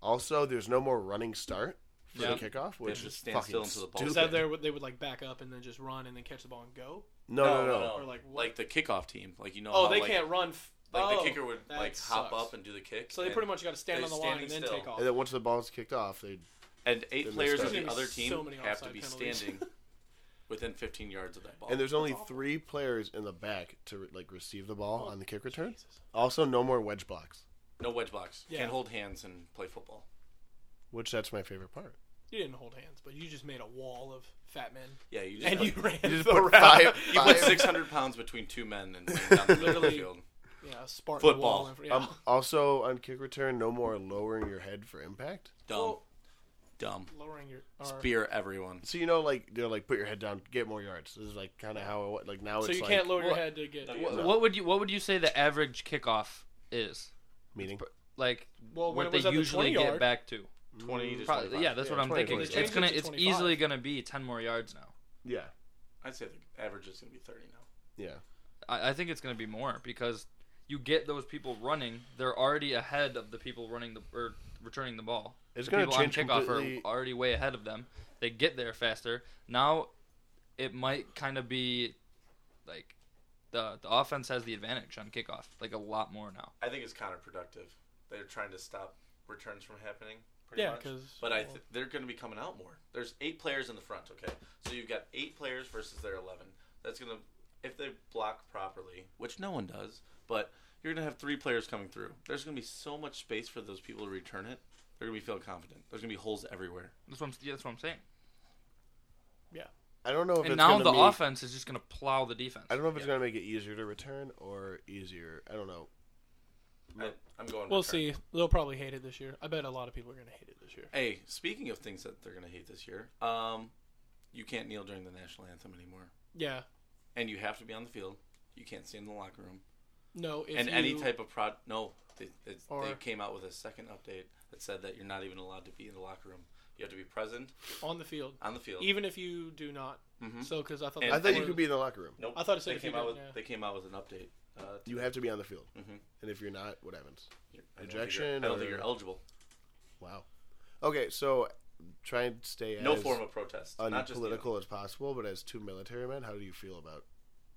S5: Also, there's no more running start for
S4: Yeah.
S5: the kickoff,
S2: have
S5: which
S2: to
S5: is
S2: stand
S5: fucking
S2: still until the ball-
S5: stupid.
S1: is that there? They would like back up and then just run and then catch the ball and go.
S5: No, no, no.
S1: Or like what?
S2: like the kickoff team. Like you know.
S1: Oh,
S2: how,
S1: they
S2: like,
S1: can't run. F-
S2: Like
S1: oh,
S2: the kicker would
S1: that
S2: like hop
S1: sucks.
S2: up and do the kick.
S1: So they
S2: and-
S1: pretty much got to stand
S2: they're
S1: on the line
S2: standing
S1: and then
S2: still.
S1: take off.
S5: And then once the ball's kicked off, they
S2: and eight
S5: Then they
S2: players
S5: start.
S2: of the
S1: There's
S2: other
S1: gonna be
S2: team
S1: so many
S2: have to
S1: offside
S2: be
S1: penalties.
S2: standing within 15 yards of that ball.
S5: and there's only three players in the back to like receive the ball on the kick return.
S1: Jesus.
S5: Also, no more wedge blocks,
S2: no wedge blocks.
S1: Yeah.
S2: Can't hold hands and play football.
S5: which that's my favorite part.
S1: You didn't hold hands, but you just made a wall of fat men.
S2: Yeah, you just
S1: And
S2: put,
S1: you ran
S5: just
S1: the
S5: put
S1: route.
S5: five-
S2: you
S5: five-
S2: put 600 pounds between two men and ran down the middle of the
S1: Literally.
S2: field.
S1: Yeah, a Spartan
S2: Football.
S1: wall. in front- Yeah.
S5: Um, also, on kick return, no more lowering your head for impact.
S2: Dumb,
S1: Well-
S2: dumb.
S1: lowering your. Or,
S2: Spear everyone.
S5: So you know, like they're like put your head down, get more yards. This is like kind of how it, like now
S1: so
S5: it's
S1: you
S5: like
S1: can't lower your
S4: Well,
S1: head to get.
S2: No.
S4: What would you What would you say the average kickoff is?
S5: meaning.
S4: Like
S1: Well, when
S4: what
S1: it was
S4: they
S1: at the
S4: usually
S1: 20
S4: get
S1: yard-
S4: back to?
S2: 20 to
S4: Probably,
S2: 25.
S4: yeah, that's
S5: Yeah,
S4: what I'm
S5: 20,
S4: thinking.
S5: 20.
S4: It's,
S1: They
S4: it's
S1: changed
S4: gonna
S1: it to
S4: it's
S1: 25.
S4: easily gonna be ten more yards now.
S5: Yeah,
S2: I'd say the average is going to be 30 now.
S5: yeah.
S4: I, I think it's gonna be more because you get those people running; they're already ahead of the people running the or returning the ball.
S5: It's
S4: the
S5: gonna
S4: people
S5: change
S4: on kickoff
S5: completely-
S4: are already way ahead of them. They get there faster. Now, it might kind of be like the the offense has the advantage on kickoff, like a lot more now.
S2: I think it's counterproductive. They're trying to stop returns from happening. Pretty
S1: Yeah,
S2: much.
S1: 'cause,
S2: but I
S1: well-
S2: th- they're going to be coming out more. There's eight players in the front. Okay, so you've got eight players versus their eleven. That's going to if they block properly, which no one does. But you're going to have three players coming through. There's going to be so much space for those people to return it. They're going to be feeling confident. There's going to be holes everywhere.
S4: That's what I'm, yeah, that's what I'm saying.
S1: Yeah.
S5: I don't know if
S4: And
S5: it's
S4: now
S5: gonna
S4: the
S5: be-
S4: offense is just gonna plow the defense.
S5: I don't know if it's gonna make it easier to return or easier. I don't know.
S2: I, I'm going.
S1: We'll
S2: return.
S1: see. They'll probably hate it this year. I bet a lot of people are going to hate it this year.
S2: Hey, speaking of things that they're going to hate this year, um, you can't kneel during the national anthem anymore,
S1: Yeah.
S2: and you have to be on the field. You can't stay in the locker room.
S1: No. If
S2: and
S1: you,
S2: any type of prod no they, it's they
S1: Or-
S2: came out with a second update that said that you're not even allowed to be in the locker room you have to be present
S1: on the field,
S2: on the field
S1: even if you do not. So, because Mm-hmm. I thought
S2: And-
S5: I
S1: that
S5: thought you
S1: was-
S5: could be in the locker room.
S2: nope
S1: I thought it said
S2: they
S1: if you
S2: came out
S1: did,
S2: with
S1: yeah.
S2: they came out with an update uh,
S5: You have to be on the field,
S2: Mhm.
S5: and if you're not, what happens?
S2: you're- I don't think
S5: Ejection
S2: you're- I don't think
S5: or-
S2: you're eligible.
S5: Wow. Okay, so try and stay
S2: No
S5: as
S2: form of protest. Not just kneeling.
S5: unpolitical as possible, but as two military men, how do you feel about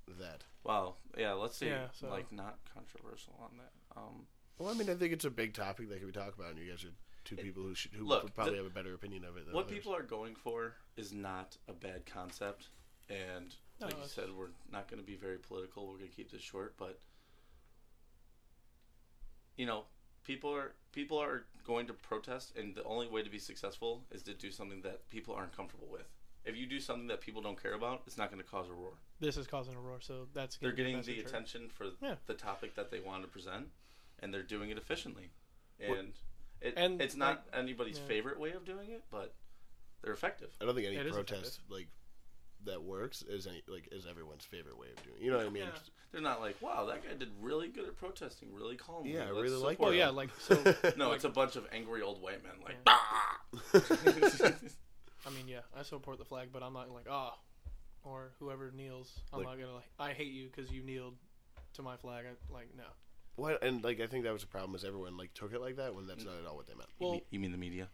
S5: that?
S2: Wow. Yeah. Let's see.
S1: Yeah, so-
S2: Like not controversial on that. Um,
S5: Well, I mean, I think it's a big topic that can be talked about, and you guys are two people who should who
S2: Look,
S5: would probably
S2: the-
S5: have a better opinion of it. Than
S2: what
S5: others.
S2: people are going for is not a bad concept, and
S1: No,
S2: like you
S1: it's-
S2: said, we're not going to be very political. We're going to keep this short, but you know, people are people are going to protest, and the only way to be successful is to do something that people aren't comfortable with. If you do something that people don't care about, it's not going to cause a roar.
S1: This is causing a roar, so that's.
S2: They're
S1: gonna be
S2: getting
S1: best
S2: the
S1: return.
S2: attention for
S1: Yeah.
S2: the topic that they want to present, and they're doing it efficiently. And, it,
S1: And,
S2: it's not anybody's
S1: yeah.
S2: favorite way of doing it, but they're effective.
S5: I don't think any
S1: It is
S5: protest like that works is any like is everyone's favorite way of doing. It. You know what I mean?
S1: Yeah.
S2: They're not like, wow, that guy did really good at protesting, really calmly.
S5: Yeah, I
S2: Let's
S5: really like
S2: support
S1: Well,
S5: that.
S1: Oh, yeah,
S2: him."
S1: like so.
S2: No,
S1: like-
S2: it's a bunch of angry old white men. Like,
S1: I mean, yeah, I support the flag, but I'm not like ah, or whoever kneels. I'm
S5: Like-
S1: not gonna like I hate you because you kneeled to my flag. I, like no.
S5: What and like I think that was the problem is everyone like took it like that when that's not at all what they meant.
S1: Well,
S2: you mean the media?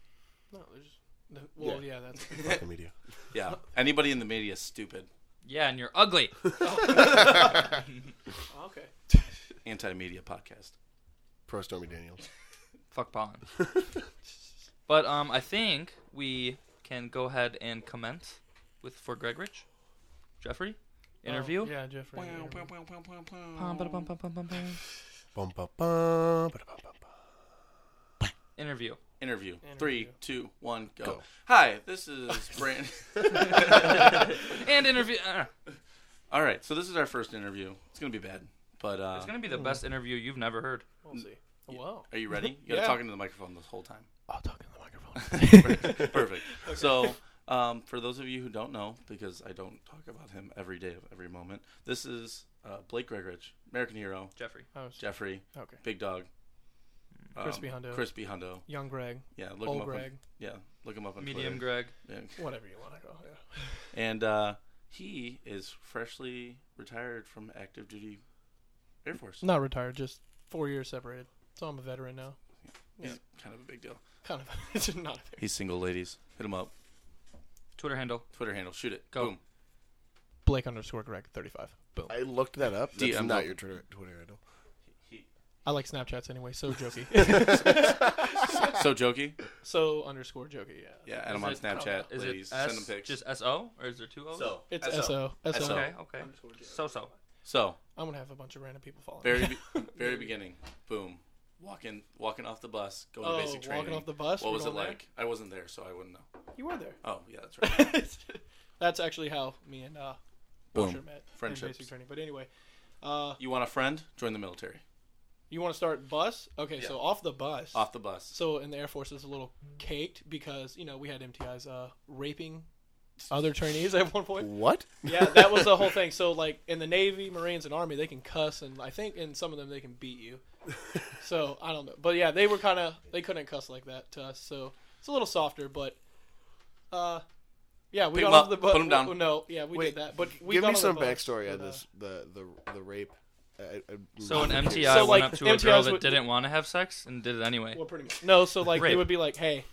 S1: no, there's. no- Well, yeah, that's
S5: Fuck the media.
S2: Yeah. Anybody in the media is stupid.
S4: Yeah, and you're ugly.
S1: Oh, okay.
S2: Anti-media podcast.
S5: Pro Stormy Daniels.
S4: Fuck pollen. but um, I think we can go ahead and commence with for Greg Rich, Jeffrey interview.
S1: Oh, yeah, Jeffrey. interview.
S4: Pum, ba-da, bum, bum, bum, bum, bum.
S5: Bum, ba, bum, ba, da, bum, bum, bum.
S4: Interview.
S2: Interview. Three,
S1: Interview.
S2: two, one, go.
S5: Go.
S2: Hi, this is Brand.
S4: And interview. Uh,
S2: All right, so this is our first interview. It's gonna be bad, but uh,
S4: it's gonna be the best interview you've never heard.
S1: We'll see. Whoa.
S2: are you ready? You gotta
S1: Yeah.
S2: talk into the microphone this whole time.
S1: I'll talk in the microphone.
S2: Perfect. So, um, for those of you who don't know, because I don't talk about him every day of every moment, this is uh, Blake Gregridge, American hero,
S4: Jeffrey.
S1: I was,
S2: Jeffrey,
S1: okay.
S2: Big Dog, um,
S1: Crispy Hundo.
S2: Crispy Hundo.
S1: Young Greg,
S2: Yeah, look him
S1: old
S2: up.
S1: Greg,
S2: On, yeah, look him up on
S4: Medium
S2: Twitter.
S4: Greg.
S2: Yeah.
S1: whatever you want to call. Yeah.
S2: And uh, he is freshly retired from active duty Air Force.
S1: Not retired, just four years separated. So I'm a veteran now.
S2: He's kind of a big deal.
S1: Kind of. it's not a
S2: He's single, ladies. Hit him up.
S4: Twitter handle.
S2: Twitter handle. Shoot it.
S4: Go.
S2: Boom.
S1: Blake underscore Greg 35. Boom.
S5: I looked that up. That's
S2: DM.
S5: not your Twitter, Twitter handle.
S1: I like Snapchats anyway. So jokey.
S2: So jokey.
S1: so underscore jokey. Yeah.
S2: Yeah, and I'm on
S4: Is it-
S2: Snapchat,
S4: Is
S2: ladies.
S4: it S,
S2: Send him pics.
S4: just S O or is there two O's?
S2: so
S1: It's so so.
S2: SO.
S4: Okay. Okay. So so.
S2: So
S1: I'm gonna have a bunch of random people following. me.
S2: very be- very beginning. Boom. Walking walking off the bus, going
S1: Oh,
S2: to basic training.
S1: walking off the bus.
S2: What
S1: We're
S2: was it
S1: going there?
S2: like? I wasn't there, so I wouldn't know.
S1: You were there.
S2: Oh yeah, that's right.
S1: That's actually how me and uh, Bullshit
S2: Boom.
S1: met in
S2: Friendships.
S1: basic training. But anyway, uh,
S2: You want a friend? Join the military.
S1: you want to start bus? Okay, so off the bus.
S2: Off the bus.
S1: So in the Air Force, it's a little caked because you know we had MTIs uh, raping other trainees at one point.
S5: What?
S1: Yeah, that was the whole thing. So like in the Navy, Marines, and Army, they can cuss, and I think in some of them they can beat you. So I don't know, but yeah, they were kind of they couldn't cuss like that to us. So it's a little softer, but uh, yeah, we
S2: Pick 'em
S1: got off
S2: up,
S1: the bus.
S2: put 'em down.
S1: No, yeah, we
S5: Wait,
S1: did that, but we
S5: Give
S1: got
S5: me
S1: off
S5: some
S1: the bus,
S5: backstory on
S1: but, uh,
S5: this. The the the rape. I, I, I'm
S2: Mm.
S4: So an
S5: not
S4: MTI
S5: curious.
S1: So, like,
S4: went up to a
S1: MTIs
S4: girl that
S1: would-
S4: didn't want to have sex and did it anyway.
S1: Well, pretty much. No, so like they
S4: Rape.
S1: would be like, "Hey,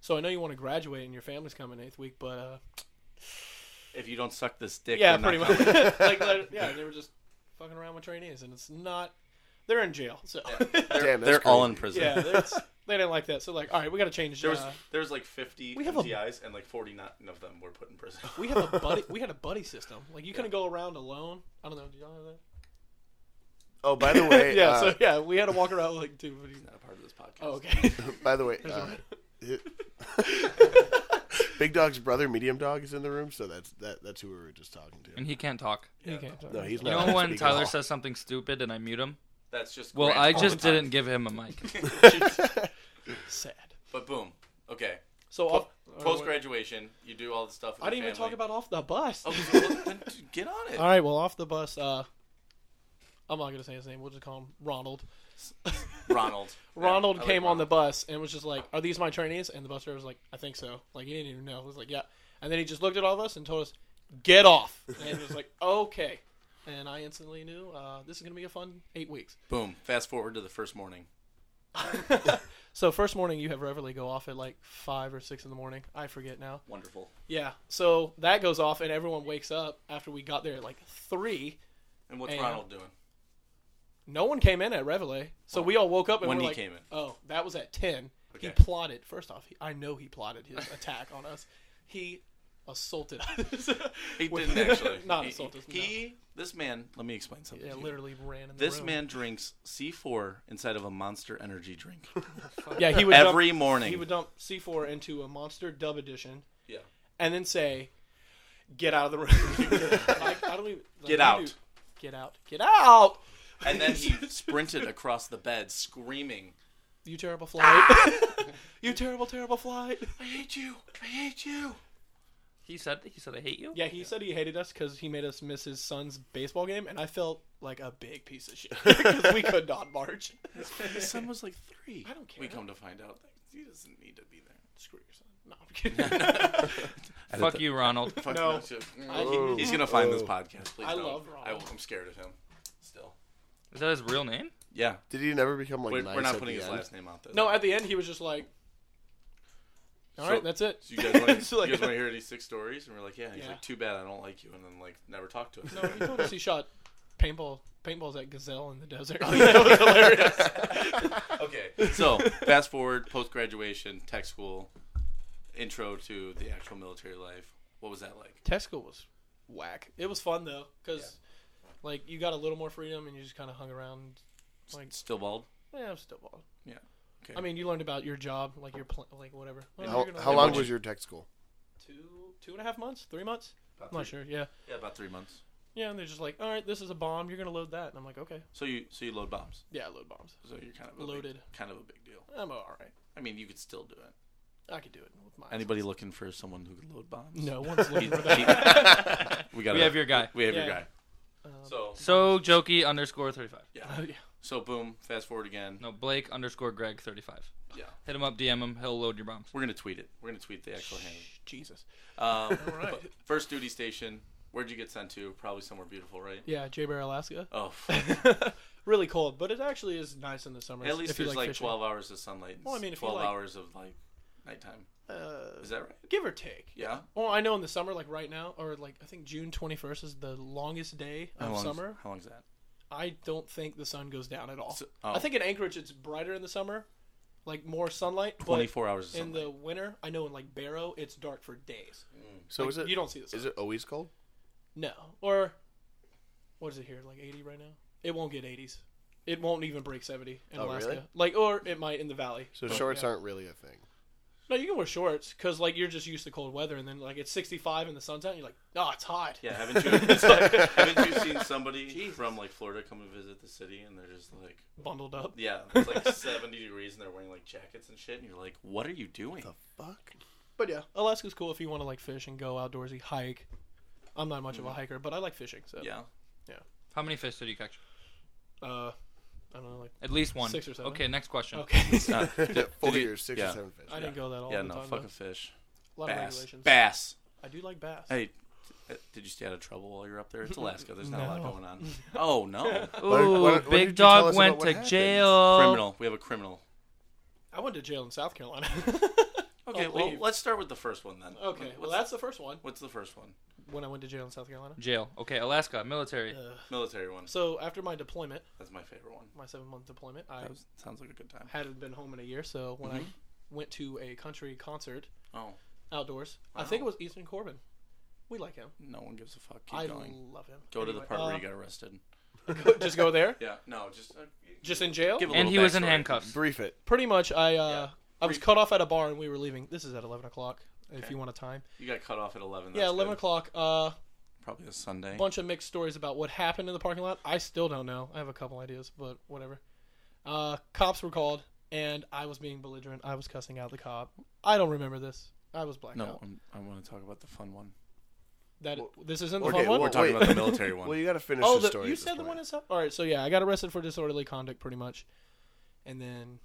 S1: so I know you want to graduate and your family's coming eighth week, but uh,
S2: If you don't suck this dick,
S1: yeah,
S2: we're not
S1: pretty much.
S2: coming.
S1: like, like, yeah, they were just fucking around with trainees, and it's not. They're in jail, so
S5: Damn, that's
S2: They're all in
S5: crazy.
S2: prison.
S1: yeah, that's- they didn't like that. So like, all right, we got to change.
S2: There was
S1: uh,
S2: there was like 50
S1: we have a-
S2: MTIs and like 49 of them were put in prison.
S1: we have a buddy. We had a buddy system. Like you couldn't go around alone. I don't know. Do y'all have that?
S5: Oh, by the way,
S1: yeah.
S5: uh,
S1: so yeah, we had to walk around like dude. what do you-
S2: not a part of this podcast.
S1: Oh, okay.
S5: By the way, uh, Big Dog's brother, Medium Dog, is in the room, so that's that, that's who we were just talking to.
S4: and he can't talk.
S1: you can't talk.
S5: No, he's
S4: You
S5: not.
S4: know when
S5: speaking
S4: Tyler
S5: at all.
S4: says something stupid and I mute him?
S2: That's just
S4: Well,
S2: Grant
S4: I
S2: all
S4: just
S2: the time.
S4: didn't give him a mic.
S1: sad.
S2: But boom. Okay.
S1: So off, uh,
S2: Post graduation, you do all the stuff. With
S1: Oh, I didn't even talk about off the bus.
S2: even talk about. then get on it.
S1: All right, well, off the bus. Uh, I'm not gonna say his name. We'll just call him Ronald.
S2: Ronald. Yeah,
S1: Ronald
S2: I like
S1: came on the bus and was just like, "Are these my trainees?" And the bus driver was like, "I think so." Like he didn't even know. He was like, "Yeah," and then he just looked at all of us and told us, "Get off!" And it was like, "Okay." And I instantly knew uh, this is gonna be a fun eight weeks.
S2: Boom. Fast forward to the first morning.
S1: So first morning you have Reverly go off at like five or six in the morning. I forget now.
S2: Wonderful.
S1: Yeah. So that goes off and everyone wakes up after we got there at like three.
S2: And what's
S1: And-
S2: Ronald doing?
S1: No one came in at Reveille, so we all woke up and
S2: When
S1: we're
S2: he
S1: like,
S2: came in.
S1: "Oh, that was at 10. He
S2: Okay.
S1: plotted. First off, he, I know he plotted his attack on us. He assaulted us.
S2: He
S1: With-
S2: didn't actually.
S1: not
S2: he,
S1: assault us. no.
S2: He. This man. Let me explain something.
S1: yeah,
S2: to you.
S1: literally ran in the
S2: This
S1: room.
S2: man drinks C4 inside of a Monster Energy drink
S1: Yeah, he would
S2: every
S1: dump,
S2: morning.
S1: He would dump C4 into a monster dub edition,
S2: yeah.
S1: and then say, "Get out of the room. like, I don't even, like,
S2: Get
S1: you
S2: out.
S1: do- get out. Get out.
S2: And then he sprinted across the bed, screaming,
S1: You terrible
S2: Ah!
S1: flight. you terrible, terrible flight."
S2: "I hate you! I hate you!"
S4: He said he said I hate you.
S1: Yeah, he said he hated us because he made us miss his son's baseball game, and I felt like a big piece of shit because we could not march.
S2: His son was like three.
S1: I don't care.
S2: We come to find out that he doesn't need to be there.
S1: Screw your son. No, I'm kidding.
S4: Fuck you, Ronald.
S2: Fuck
S1: No.
S2: that shit.
S1: Oh.
S2: He's gonna find this podcast. Please
S1: I
S2: don't.
S1: love
S2: I,
S1: Ronald.
S2: am scared of him. Still.
S4: Is that his real name?
S2: Yeah.
S5: Did he never become like
S2: We're,
S5: nice
S2: we're not
S5: at
S2: putting
S5: the
S2: his
S5: end?
S2: last name out there.
S1: no, at the end he was just like, "All right,
S2: So-
S1: that's it."
S2: So you guys want
S1: It's like-
S2: to hear these six stories? And we're like, yeah. He's
S1: Yeah.
S2: like, too bad I don't like you. And then like never talk to us.
S1: no, he told us he shot paintball paintballs at gazelle in the desert.
S2: Oh,
S1: that was hilarious.
S2: okay. So fast forward, post graduation, tech school, intro to the actual military life. What was that like?
S1: Tech school was whack. It was fun though, because like you got a little more freedom and you just kind of hung around. Like,
S2: Still bald.
S1: yeah, I'm still bald.
S2: Yeah. Okay.
S1: I mean, you learned about your job, like your pl- like whatever. Well,
S5: How,
S1: you're gonna
S5: how
S1: learn
S5: long
S1: about
S5: was your tech school?
S1: two two and a half months, three months? I'm not sure. Yeah,
S2: Yeah, about three months.
S1: yeah. And they're just like, all right, this is a bomb. You're gonna load that, and I'm like, okay,
S2: So you so you load bombs.
S1: yeah, load bombs.
S2: So you're kind of a big-
S1: Loaded.
S2: kind of a big deal.
S1: I'm all right.
S2: I mean, you could still do it.
S1: I could do it with my
S2: Anybody looking for someone who could load bombs?
S1: No one's looking for that.
S2: we got.
S4: We have your guy.
S2: We have your
S1: Yeah. Um,
S2: guy. so
S4: So jokey underscore thirty five.
S1: Uh, yeah.
S2: so boom. Fast forward again.
S4: No, Blake underscore Greg thirty five.
S2: Yeah.
S4: Hit him up, DM him. He'll load your bombs.
S2: We're gonna tweet it. We're gonna tweet the actual handle.
S1: Jesus.
S2: Um,
S1: All right.
S2: but first duty station. Where'd you get sent to? Probably somewhere beautiful, right?
S1: Yeah, J Bear, Alaska.
S2: Oh, f-
S1: really cold, but it actually is nice in the summer.
S2: at least
S1: if you
S2: there's like,
S1: fishing.
S2: 12 hours of sunlight. And
S1: Well, I mean, if you
S2: 12
S1: like-
S2: hours of like nighttime.
S1: Uh,
S2: Is that right?
S1: give or take.
S2: Yeah.
S1: Well, I know in the summer, like right now, or like I think June 21st is the longest day of
S2: long's-
S1: summer.
S2: How long's that?
S1: I don't think the sun goes down at all.
S2: So- oh.
S1: I think in Anchorage it's brighter in the summer, like more sunlight. but
S2: 24 hours of
S1: in
S2: sunlight.
S1: the winter. I know in like Barrow it's dark for days.
S5: So is it
S1: you don't see this.
S5: Is it always cold?
S1: No, or what is it here? Like 80 right now. It won't get 80s. It won't even break 70 in
S5: Oh,
S1: Alaska.
S5: really?
S1: Like, or it might in the valley.
S5: So
S1: But,
S5: shorts
S1: yeah.
S5: aren't really a thing.
S1: No, you can wear shorts because like you're just used to cold weather, and then like it's 65 and the sun's out, and you're like, oh, it's hot.
S2: Yeah, haven't you, it's like, haven't you seen somebody from like Florida come and visit the city and they're just like,
S1: Bundled up.
S2: yeah, it's like 70 degrees and they're wearing like jackets and shit and you're like, what are you doing?
S5: Fuck.
S1: But yeah, Alaska's cool if you want to like fish and go outdoorsy, hike. I'm not much of a hiker, but I like fishing. So
S2: Mm. Yeah.
S4: How many fish did you catch?
S1: uh, I don't know. Like
S4: At least one.
S1: Six or seven.
S4: Okay, next question.
S1: okay,
S2: Uh,
S5: Four
S2: did you-
S5: years, six
S2: yeah.
S5: or seven fish.
S1: I didn't go that all
S2: yeah,
S1: the
S2: no,
S1: time.
S2: fucking
S1: though.
S2: fish.
S1: a lot of
S2: Bass.
S1: regulations.
S2: Bass.
S1: I do like bass.
S2: Hey, uh, did you stay out of trouble while you're up there? It's Alaska. There's not a lot
S1: No.
S2: going on. Oh, no.
S4: Ooh,
S5: What- what- what did you
S4: big
S5: tell
S4: dog
S5: us about
S4: went
S5: what
S4: to
S5: happened?
S4: jail.
S2: criminal. We have a criminal.
S1: I went to jail in South Carolina.
S2: Okay,
S1: I'll
S2: well,
S1: Oh, leave.
S2: let's start with the first one then.
S1: okay.
S2: What's,
S1: Well, that's the first one.
S2: what's the first one?
S1: When I went to jail in South Carolina.
S4: Jail. Okay, Alaska military.
S2: Military one.
S1: So after my deployment,
S2: That's my favorite one.
S1: my seven month deployment, I
S2: That was, Mm-hmm. sounds like a good time.
S1: hadn't been home in a year. So when I went to a country concert
S2: Oh,
S1: outdoors, I
S2: Wow.
S1: think it was Easton Corbin. We like him.
S2: no one gives a fuck. Keep
S1: I
S2: going.
S1: love him.
S2: Go to the
S1: Anyway,
S2: part where you
S1: uh,
S2: got arrested.
S1: just go there.
S2: Yeah, no, just uh,
S1: Just in jail.
S2: give a
S4: And
S2: little
S4: he was in
S2: backstory.
S4: handcuffs.
S5: Brief it.
S1: Pretty much, I uh,
S2: Yeah.
S1: I was
S2: Brief-
S1: cut off at a bar and we were leaving. This is at eleven o'clock. If
S2: Okay.
S1: you want a time.
S2: You got cut off at eleven.
S1: yeah,
S2: that's
S1: eleven
S2: good.
S1: o'clock. Uh,
S2: Probably a Sunday.
S1: bunch of mixed stories about what happened in the parking lot. I still don't know. I have a couple ideas, but whatever. Uh, cops were called, and I was being belligerent. I was cussing out the cop. I don't remember this. I was blacked
S2: No,
S1: out.
S2: I'm, I want to talk about the fun one.
S1: That this isn't the
S5: Okay,
S1: fun one.
S5: well,
S2: We're talking
S5: wait.
S2: about the military one.
S5: Well, you got to finish
S1: oh,
S5: the,
S1: the,
S5: story.
S1: you
S5: at this
S1: said the
S5: point.
S1: one is up. All right, so yeah, I got arrested for disorderly conduct, pretty much, and then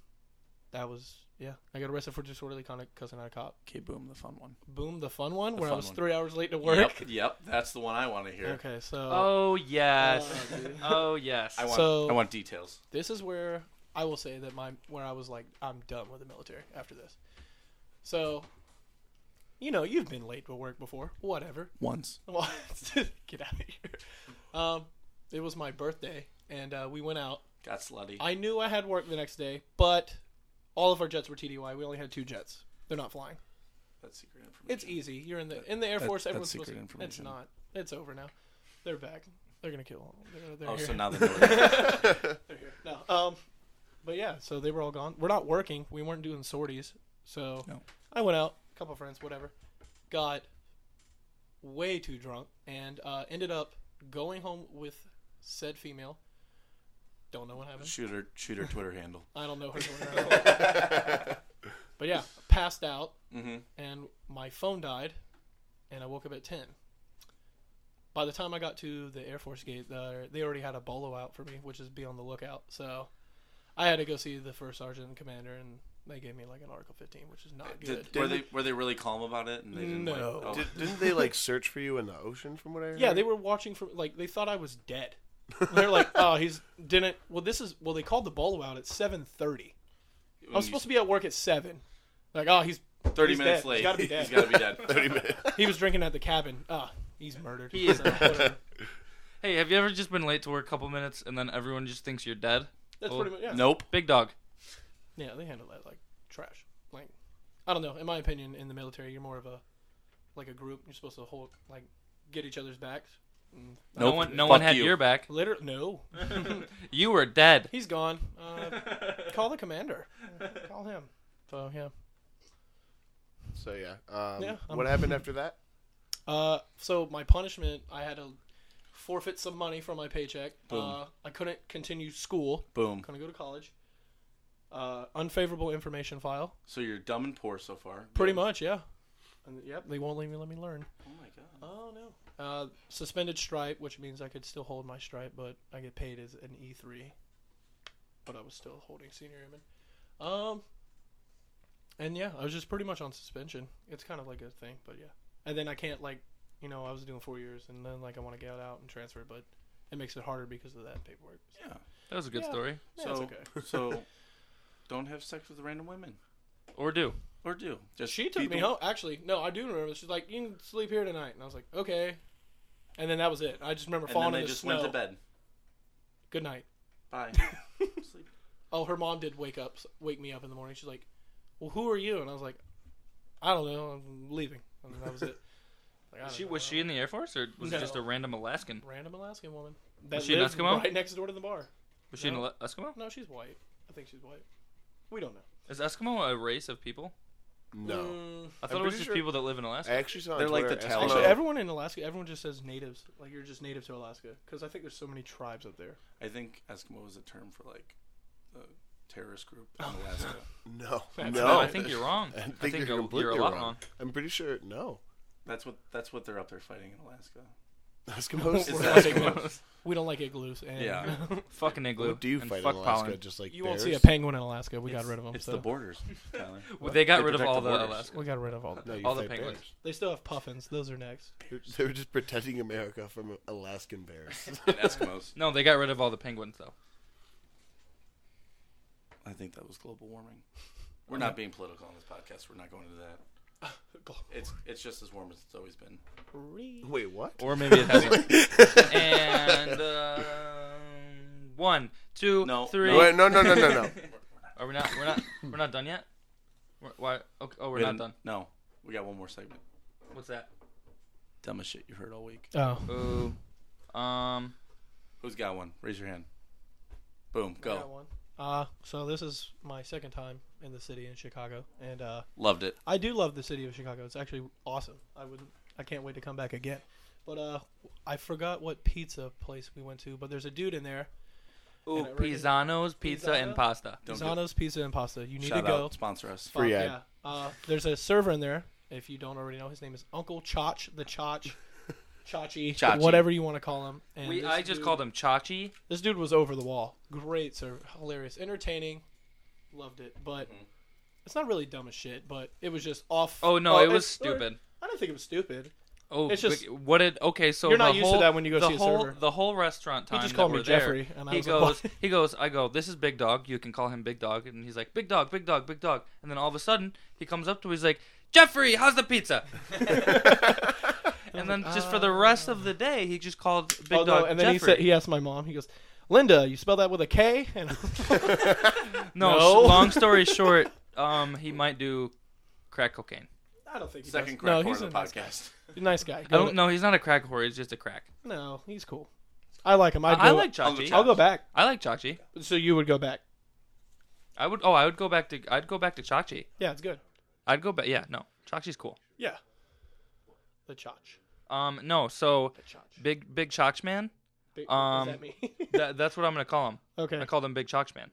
S1: that was yeah. I got arrested for disorderly conduct, cussing out a cop.
S2: okay, boom, the fun one.
S1: Boom, the fun one where I
S2: fun
S1: was
S2: one.
S1: three hours late to work.
S2: Yep, yep, that's the one I want to hear.
S1: Okay, so
S4: Oh yes.
S1: Oh, dude.
S4: oh yes.
S2: I want.
S1: So-
S2: I want details.
S1: this is where I will say that my where I was like I'm done with the military after this. So, you know, you've been late to work before. Whatever.
S2: Once.
S1: Well, get out of here. Um, it was my birthday, and uh, we went out.
S2: Got slutty.
S1: I knew I had work the next day, but all of our jets were TDY. We only had two jets. They're not flying.
S2: That's secret information.
S1: It's easy. You're in the in the Air
S2: that-
S1: Force.
S2: that's
S1: Everyone's
S2: secret
S1: supposed to. It's
S2: information.
S1: not. It's over now. They're back. They're gonna kill all. They're, they're
S2: Oh,
S1: here.
S2: so now they know. it.
S1: No. Um, but yeah, so they were all gone. We're not working. We weren't doing sorties. So
S2: No.
S1: I went out, a couple friends, whatever. Got way too drunk and uh, ended up going home with said female. Don't know what happened.
S2: shoot her. Shoot her Twitter handle.
S1: I don't know her. going around. but yeah, passed out,
S2: Mhm.
S1: and my phone died, and I woke up at ten. By the time I got to the Air Force gate, uh, they already had a bolo out for me, which is be on the lookout. So I had to go see the first sergeant and commander, and they gave me like an Article 15, which is not good.
S2: Did, were they were they really calm about it? And they didn't like-
S1: No.
S2: oh.
S5: Did, didn't they like search for you in the ocean? From what I heard.
S1: Yeah, they were watching from like they thought I was dead. They're like, oh, he's didn't. Well, this is well. They called the bolo out at seven thirty. I was supposed to be at work at seven. Like, oh, he's
S2: thirty
S1: he's
S2: minutes
S1: dead.
S2: late.
S1: He's gotta be dead.
S2: He's gotta be dead.
S5: Thirty minutes.
S1: he was drinking at the cabin. Ah, he's murdered.
S4: He is
S1: So,
S4: dead.
S1: whatever.
S4: Hey, have you ever just been late to work a couple minutes and then everyone just thinks you're dead?
S1: That's
S4: Oh,
S1: pretty much yeah.
S2: nope.
S4: Big dog.
S1: Yeah, they handle that like trash. Like, I don't know. In my opinion, in the military, you're more of a like a group. You're supposed to hold like get each other's backs.
S4: No
S2: Nope.
S4: one, no
S2: Fuck
S4: one had
S2: you.
S4: your back.
S1: Literally, no.
S4: You were dead.
S1: He's gone. Uh, call the commander. Call him. So yeah.
S5: So yeah. Um,
S1: Yeah, I'm-
S5: what happened after that?
S1: Uh, so my punishment, I had to forfeit some money from my paycheck. Uh, I couldn't continue school.
S2: Boom.
S1: Couldn't go to college. Uh, unfavorable information file.
S2: So you're dumb and poor so far.
S1: Pretty
S2: Good.
S1: much, yeah. And, yep, they won't let me let me learn.
S2: Oh my god.
S1: Oh no. Uh, suspended stripe, which means I could still hold my stripe, but I get paid as an E three. But I was still holding senior airman. Um. And yeah, I was just pretty much on suspension. It's kind of like a thing, but yeah. And then I can't like, you know, I was doing four years, and then like I want to get out and transfer, but it makes it harder because of that paperwork.
S2: Yeah.
S4: That was a good
S1: Yeah.
S4: story.
S1: Yeah,
S2: so
S1: it's okay.
S2: so don't have sex with random women
S4: Or do.
S2: or do. Just
S1: She took
S2: people-
S1: me home. Actually, no, I do remember. this. She's like, "You can sleep here tonight," and I was like, "Okay." And then that was it. I just remember
S2: And
S1: falling
S2: then
S1: in
S2: they
S1: the
S2: just
S1: snow.
S2: went to bed.
S1: Good night.
S2: Bye. Sleep.
S1: Oh, her mom did wake up, wake me up in the morning. She's like, "Well, who are you?" And I was like, "I don't know. I'm leaving." And that was it. Like, I don't
S4: She
S1: know.
S4: was she in the Air Force or was
S1: No.
S4: it just a random Alaskan?
S1: random Alaskan woman that
S4: she an
S1: lived
S4: Eskimo?
S1: right next door to the bar?
S4: Was she
S1: No.
S4: an Ale- Eskimo?
S1: No, she's white. I think she's white. We don't know.
S4: Is Eskimo a race of people?
S5: No.
S1: Mm,
S4: I thought it was
S5: I'm pretty
S4: just
S5: sure-
S4: people that live in Alaska.
S5: Oh. I actually saw. on
S2: They're like
S5: Twitter,
S2: the
S5: Eskimo-
S2: Taliban.
S1: actually,
S2: Hello.
S1: everyone in Alaska, everyone just says natives. Like you're just native to Alaska because I think there's so many tribes up there.
S2: I think Eskimo is a term for like a terrorist group in
S1: Oh.
S2: Alaska.
S5: No.
S1: That's-
S5: No.
S4: I think you're wrong.
S5: I think,
S4: I think
S5: you're
S4: you're,
S5: completely
S4: you're a lot
S5: wrong.
S4: wrong.
S5: I'm pretty sure. No.
S2: that's what that's what they're up there fighting in Alaska.
S5: Eskimos.
S1: Is
S2: It's
S1: that-
S2: Eskimos.
S1: We don't like igloos. And
S2: Yeah.
S4: Fucking igloo.
S5: What do you
S4: and
S5: fight in
S4: fuck
S5: Alaska?
S4: pollen.
S5: Just like
S1: you won't
S5: bears?
S1: see a penguin in Alaska. We got rid of them.
S2: It's
S1: so.
S2: the borders, Tyler.
S4: Well, they got rid of
S2: protect
S4: all the
S2: borders.
S4: Alaska-
S1: we got rid of all.
S5: No, you
S4: all the
S5: fight
S4: penguins.
S5: bears.
S1: They still have puffins. Those are next.
S5: They're- They were just protecting America from Alaskan bears.
S2: And Eskimos.
S4: No, they got rid of all the penguins though.
S2: I think that was global warming. We're not being political on this podcast. We're not going to that. It's it's just as warm as it's always been.
S5: Wait, what?
S4: Or maybe it hasn't. and um one, two,
S2: No,
S4: three.
S2: no.
S5: Wait, no, no, no, no, no.
S4: Are we not? We're not. We're not done yet. We're, why? Okay, oh, we're
S2: We
S4: not
S2: didn't-
S4: done.
S2: No, we got one more segment.
S4: What's that?
S2: Dumbest shit you heard all week.
S1: Oh,
S4: Ooh. Um.
S2: Who's got one? Raise your hand. Boom.
S1: I got
S2: Go.
S1: one. Uh, so this is my second time in the city in Chicago, and uh,
S2: Loved it.
S1: I do love the city of Chicago. It's actually awesome. I would, I can't wait to come back again. But uh, I forgot what pizza place we went to. But there's a dude in there,
S4: Ooh.
S1: And I reckon-
S4: Pisano's pizza
S1: Pisano?
S4: and pasta.
S2: Don't do-
S1: Pisano's Pizza and Pasta. You need
S2: Shout
S1: to go.
S2: out. Sponsor us.
S1: Fuck,
S5: Free ad.
S1: yeah. Uh, there's a server in there. If you don't already know, his name is Uncle Chach the Chach, Chachi,
S2: Chachi.
S1: whatever you want to call him. And
S4: We.
S1: this
S4: I just
S1: dude-
S4: called him Chachi.
S1: This dude was over the wall. Great server, hilarious, entertaining, loved it. But
S2: Mm-hmm.
S1: it's not really dumb as shit. But it was just off.
S4: Oh no,
S1: well,
S4: it was
S1: it's-
S4: stupid.
S1: I don't think it was stupid.
S4: Oh,
S1: It's just-
S4: but what did? Okay, so
S1: You're not
S4: the
S1: used to
S4: whole,
S1: that when you go
S4: the
S1: see a
S4: whole,
S1: server.
S4: The whole restaurant time.
S1: just
S4: that
S1: called me
S4: we're there,
S1: Jeffrey, and I
S4: he
S1: was like,
S4: goes,
S1: "What?"
S4: he goes. I go, this is Big Dog. You can call him Big Dog, and he's like, Big Dog, Big Dog, Big Dog. And then all of a sudden, he comes up to, me, he's like, Jeffrey, how's the pizza? and then just for the rest of the day, he just called Big
S1: oh, no,
S4: Dog.
S1: and then he
S4: Jeffrey.
S1: said he asked my mom. He goes, "Linda, you spell that with a K?" And I was like,
S4: no.
S1: No.
S4: s- long story short, um, he might do crack cocaine.
S1: I don't think he
S2: Second
S1: does.
S2: crack
S1: no,
S2: corner
S1: he's
S2: of the
S1: a nice guy.
S2: podcast.
S1: He's a nice guy.
S4: I don't know. He's not a crack whore. He's just a crack.
S1: No, he's cool. I like him. I'd
S4: I
S1: go-
S4: like
S2: I'll go
S4: Chachi.
S2: check.
S1: I'll go back.
S4: I like Chachi.
S1: So you would go back?
S4: I would. Oh, I would go back to. I'd go back to Chachi.
S1: Yeah, it's good.
S4: I'd go back. Yeah, no. Chachi's cool.
S1: Yeah. The Chach.
S4: Um, no. So
S1: The Chach.
S4: big, big Chach man.
S1: Big, what
S4: um,
S1: does that mean?
S4: That, that's what I'm gonna call him.
S1: okay.
S4: I called him Big Chach man.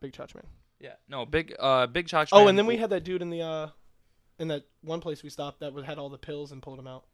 S1: Big Chach man.
S4: Yeah. No, big, uh, big Chach.
S1: Oh,
S4: man
S1: and then we had that dude in the uh, in that one place we stopped that would- had all the pills and pulled them out.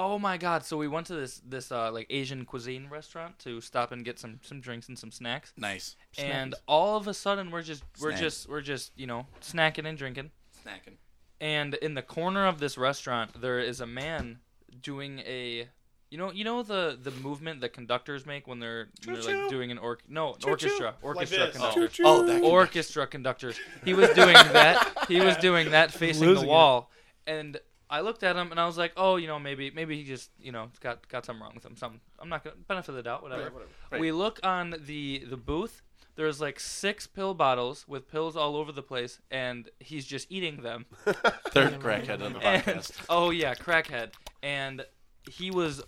S4: Oh my god! So we went to this this uh, like Asian cuisine restaurant to stop and get some some drinks and some snacks,
S2: Nice.
S4: and all of a sudden we're just we're
S2: Snacks.
S4: just we're just you know snacking and drinking,
S2: Snacking.
S4: and in the corner of this restaurant there is a man doing a. You know, you know the the movement that conductors make when they're, when they're like
S1: Choo-choo.
S4: doing an orc no an orchestra orchestra
S1: this.
S4: conductor
S2: Oh, that
S4: orchestra conductors. He was doing that. He was doing that facing the
S1: Losing it.
S4: wall, and I looked at him and I was like, "Oh, you know, maybe, maybe he just, you know, got got something wrong with him. Some, I'm not gonna benefit of the doubt, whatever."
S2: Right.
S4: We look on the the booth. There's like six pill bottles with pills all over the place, and he's just eating them.
S2: Third crackhead on the
S4: And,
S2: podcast.
S4: oh yeah, crackhead. And he was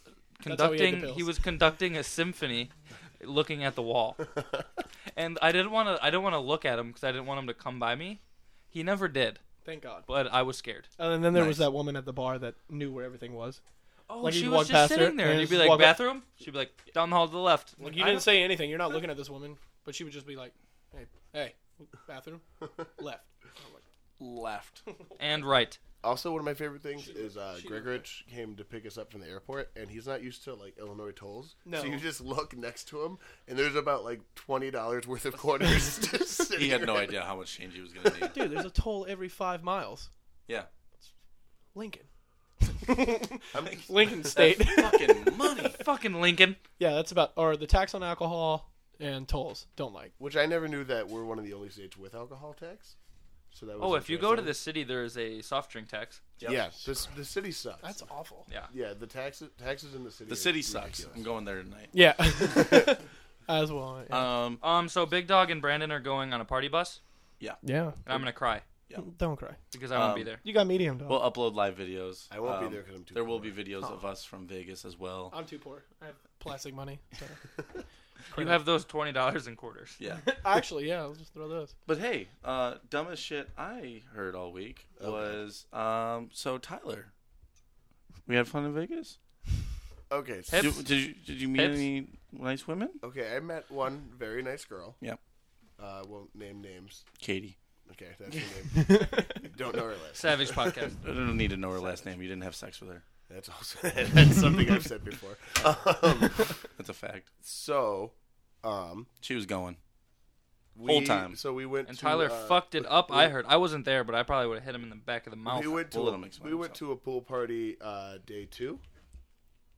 S1: how he ate the
S4: conducting. He
S1: pills.
S4: was conducting a symphony, looking at the wall. and I didn't want to. I didn't want to look at him because I didn't want him to come by me. He never did,
S1: Thank God.
S4: but I was scared.
S1: And then there was
S2: Nice.
S1: that woman at the bar that knew where everything was.
S4: Oh,
S1: Like,
S4: she
S1: you'd
S4: was
S1: walk
S4: just
S1: past
S4: sitting
S1: her,
S4: there,
S1: and
S4: and you'd
S1: just
S4: be like,
S1: walk up-
S4: "Bathroom." She'd be like, "Down the hall to the left."
S1: Like
S4: Like,
S1: you didn't say anything. You're not looking at this woman, but she was just be like, "Hey, hey, bathroom, left."
S2: Left.
S4: and right.
S5: Also, one of my favorite things is uh,
S1: she did
S5: Grigorich came to pick us up from the airport, and he's not used to like Illinois tolls.
S1: No.
S5: So you just look next to him, and there's about like twenty dollars worth of quarters. just sitting
S2: He had no
S5: right
S2: idea how much change he was going to need.
S1: Dude, there's a toll every five miles.
S2: Yeah.
S1: Lincoln.
S5: there. I'm just-
S1: Lincoln
S2: That
S1: State.
S2: fucking money.
S4: Fucking Lincoln.
S1: yeah, that's about. Or the tax on alcohol and tolls. Don't like.
S5: which I never knew that we're one of the only states with alcohol tax. So that was
S4: Oh, if you go to
S5: interesting.
S4: the city, there is a soft drink tax.
S2: Yep.
S5: yeah, the, the city sucks.
S1: That's awful.
S4: Yeah.
S5: yeah, the taxes taxes in the city.
S2: The
S5: are
S2: city sucks.
S5: ridiculous.
S2: I'm going there tonight.
S1: Yeah. As well. Yeah.
S2: Um,
S4: Um. So Big Dog and Brandon are going on a party bus,
S1: Yeah.
S4: and I'm gonna cry
S1: Don't cry.
S4: because I won't
S2: Um,
S4: be there.
S1: You got medium dog.
S2: we'll upload live videos.
S5: I won't be
S2: Um,
S5: there 'cause I'm too
S2: There will
S5: poor.
S2: be videos of us from Vegas as well.
S5: Uh,
S1: I'm too poor. I have plastic money. so-
S4: You have those twenty dollars in quarters.
S2: Yeah.
S1: Actually, yeah. I'll just throw those.
S2: But hey, uh, dumbest shit I heard all week was um, so Tyler. We had fun in Vegas.
S5: Okay, so
S4: Hip-
S2: Did, did you, did you meet
S4: Hips.
S2: any nice women?
S5: okay, I met one very nice girl.
S2: Yep.
S5: Uh, won't name names.
S2: Katie.
S5: Okay, that's her name. Don't know her last.
S4: Savage podcast.
S2: I don't need to know her last name. You didn't have sex with her.
S5: That's also that's something I've said before. Um,
S2: That's a fact.
S5: so, um,
S2: She was going.
S5: we,
S2: Whole time.
S5: So we went
S4: And
S5: to,
S4: Tyler
S5: uh,
S4: fucked it up. I
S5: we-
S4: heard. I wasn't there, but I probably would have hit him in the back of the mouth.
S5: We went to
S2: We'll let
S5: a,
S2: him explain
S5: we went
S2: himself.
S5: to a pool party uh, day two.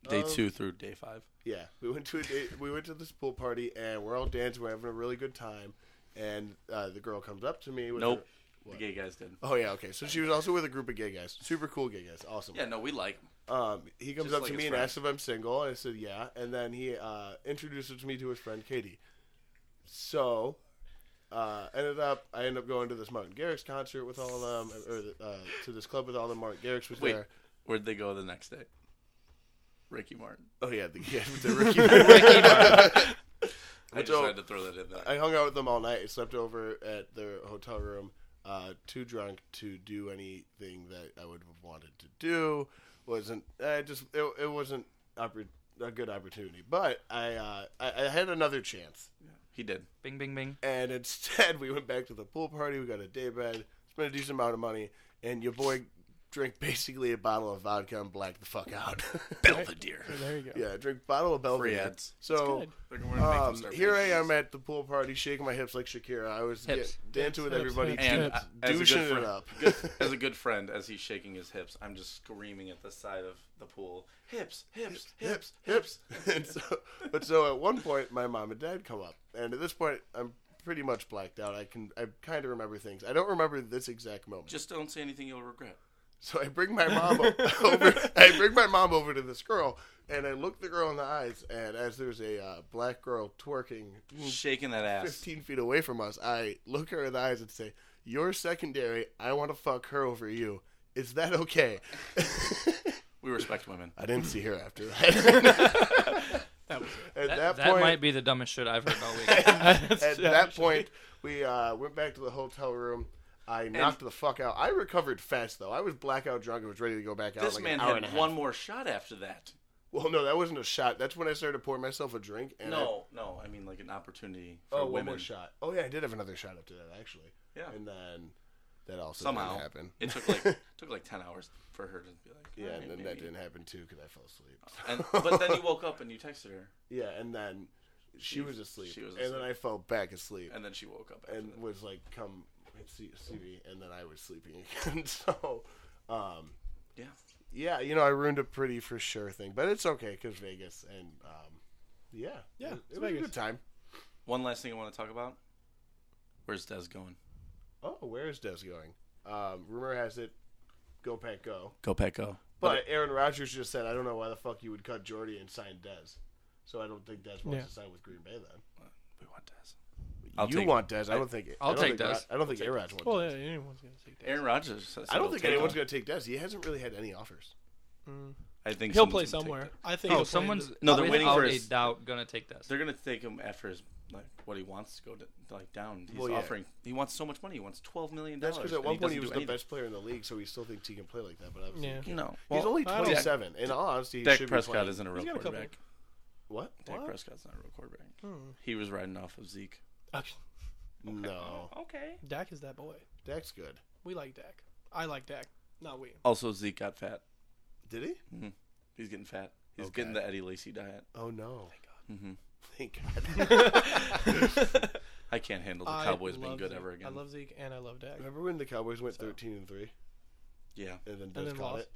S2: Day
S5: Um,
S2: two through day five.
S5: Yeah, we went to a day, we went to this pool party and we're all dancing. We're having a really good time. And uh, the girl comes up to me. With
S2: Nope.
S5: Her,
S2: The
S5: what?
S2: gay guys did.
S5: Oh yeah, okay. So she was also with a group of gay guys, super cool gay guys, awesome.
S2: Yeah, no, we like 'em.
S5: Um, he comes
S2: Just
S5: up
S2: like
S5: to
S2: his
S5: me and
S2: friend.
S5: asks if I'm single. And I said, yeah. And then he uh, introduces me to his friend, Katie. So, uh, ended up, I ended up going to this Martin Garrix concert with all of them, or uh, to this club with all of them. Martin Garrix was
S2: Wait,
S5: there.
S2: where'd they go the next day? Ricky Martin.
S5: Oh, yeah, the, yeah, with the rookie.
S2: I just
S5: So-
S2: had to throw that in there.
S5: I hung out with them all night. I slept over at their hotel room, uh, too drunk to do anything that I would have wanted to do. wasn't I just it, it wasn't oppor- a good opportunity. But I, uh, I I had another chance,
S2: he did.
S4: Bing, bing, bing.
S5: and instead we went back to the pool party. We got a day bed, spent a decent amount of money, and your boy drank basically a bottle of vodka and blacked the fuck out.
S2: Belvedere.
S1: There you go.
S5: yeah, drink bottle of Belvedere.
S2: ads.
S5: So.
S1: Good.
S5: Um, here I am at the pool party, shaking my hips like Shakira. I was
S4: Hips.
S5: get- dancing with
S1: Hips,
S5: everybody,
S1: hips,
S2: and
S1: Tips.
S2: uh, as a,
S5: douching
S2: good
S5: it
S2: friend,
S5: up.
S2: good- as a good friend, as he's shaking his hips, I'm just screaming at the side of the pool. Hips, hips, hips, hips.
S5: and so, but so at one point, my mom and dad come up, and at this point, I'm pretty much blacked out. I can, I kind of remember things. I don't remember this exact moment.
S2: Just don't say anything you'll regret.
S5: So I bring my mom o- over. I bring my mom over to this girl, and I look the girl in the eyes, and as there's a uh, black girl twerking
S2: Shaking that ass.
S5: 15 feet away from us, I look her in the eyes and say, "You're secondary. I want to fuck her over you. Is that okay?"
S2: We respect women.
S5: I didn't see her after that.
S1: That was
S5: at
S4: That,
S5: that, point,
S4: might be the dumbest shit I've heard all week.
S1: it.
S5: at that point, we uh, went back to the hotel room. I knocked the fuck out. I recovered fast though. I was blackout drunk and was ready to go back out.
S2: This
S5: like
S2: man
S5: an hour and a
S2: had
S5: half.
S2: one more shot after that.
S5: Well, no, that wasn't a shot. That's when I started pouring myself a drink. And
S2: No, no, I mean like an opportunity
S5: I,
S2: for
S5: oh, one
S2: women.
S5: more shot. Oh yeah, I did have another shot after that actually.
S2: Yeah.
S5: And then That also
S2: Somehow
S5: didn't happen.
S2: it took like took like ten hours for her to be like.
S5: yeah,
S2: "Alright,
S5: and then that
S2: maybe."
S5: didn't happen too because I fell asleep.
S2: And, but then you woke up and you texted her,
S5: Yeah, and then she,
S2: She-
S5: was asleep,
S2: she was
S5: and then
S2: asleep.
S5: I fell back asleep,
S2: and then she woke up. After
S5: and
S2: that.
S5: was like, "Come see, see me," and then I was sleeping again. so, um,
S2: yeah,
S5: yeah, you know, I ruined a pretty for sure thing, but it's okay because Vegas and um, yeah,
S1: Yeah,
S5: it,
S1: it's
S5: it was a
S1: Vegas.
S5: good time.
S2: One last thing I want to talk about. Where's Des going?
S5: Oh, where is Des going? Um, rumor has it, go pack go.
S2: Go Pack Go.
S5: But Aaron Rodgers just said, "I don't know why the fuck you would cut Jordy and sign Des." So I don't think Des wants
S1: Yeah.
S5: to sign with Green Bay then.
S2: We want Des. I'll
S5: you
S2: take-
S5: want Des? I don't think.
S4: I'll
S5: I don't
S4: take
S5: think Ro-
S4: Des.
S5: I don't think Aaron wants.
S1: Well,
S5: Des.
S1: yeah, anyone's gonna take that.
S2: Aaron Rodgers. says
S5: I don't
S2: he'll
S5: think
S2: take
S5: anyone's
S2: him.
S5: going to take Des. He hasn't really had any offers.
S2: I think
S1: He'll
S2: someone's gonna
S1: play
S2: take
S1: somewhere.
S2: him.
S1: I think.
S4: Oh,
S1: he'll play in
S4: someone's
S1: the-
S2: No, they're waiting
S4: without
S2: for
S4: a
S2: his-
S4: doubt gonna take this.
S2: They're gonna take him after his like what he wants to go to like down. He's
S5: Well, yeah.
S2: offering. He wants so much money. He wants twelve million dollars.
S5: That's because at one point he was the best player in the league, so he still thinks he can play like that. But obviously,
S1: Yeah.
S2: No,
S5: he's only
S1: I don't-
S5: 27. In all honesty, he
S2: Dak
S5: should be
S2: Prescott
S5: playing.
S2: isn't a real
S1: got a couple-
S2: quarterback.
S5: What?
S2: Dak
S1: What? Hmm.
S2: Prescott's not a real quarterback. He was riding off of Zeke.
S1: Actually,
S5: No,
S4: Okay.
S1: Dak is that boy.
S5: Dak's good.
S1: We like Dak. I like Dak. Not we.
S2: Also, Zeke got fat.
S5: Did he?
S2: He's getting fat. He's
S5: Okay.
S2: getting the Eddie Lacy diet.
S5: Oh no!
S2: Mhm.
S5: Thank God.
S2: I can't handle the
S1: I
S2: Cowboys being
S1: love
S2: good
S1: Zeke.
S2: ever again.
S1: I love Zeke and I love Dak.
S5: Remember when the Cowboys went 13 and three,
S2: yeah,
S5: and then Des
S1: And then
S5: caught
S1: lost.
S5: it.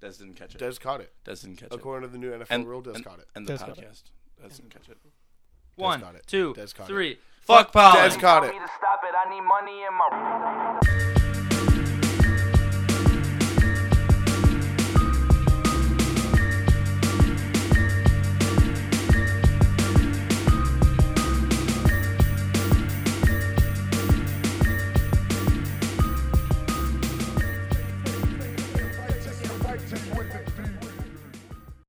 S2: Des didn't catch it. Des,
S5: Des caught it.
S2: didn't catch it.
S5: According to the new NFL
S2: And,
S5: rule, Des
S2: and,
S5: caught it.
S2: and the
S1: Des got it.
S2: podcast. Des didn't catch it.
S4: One,
S5: got it.
S4: two,
S5: Des caught it.
S4: three. Fuck
S5: Des
S4: Pollen.
S5: caught
S3: Tell
S5: it.
S3: me to stop it. I need money in my.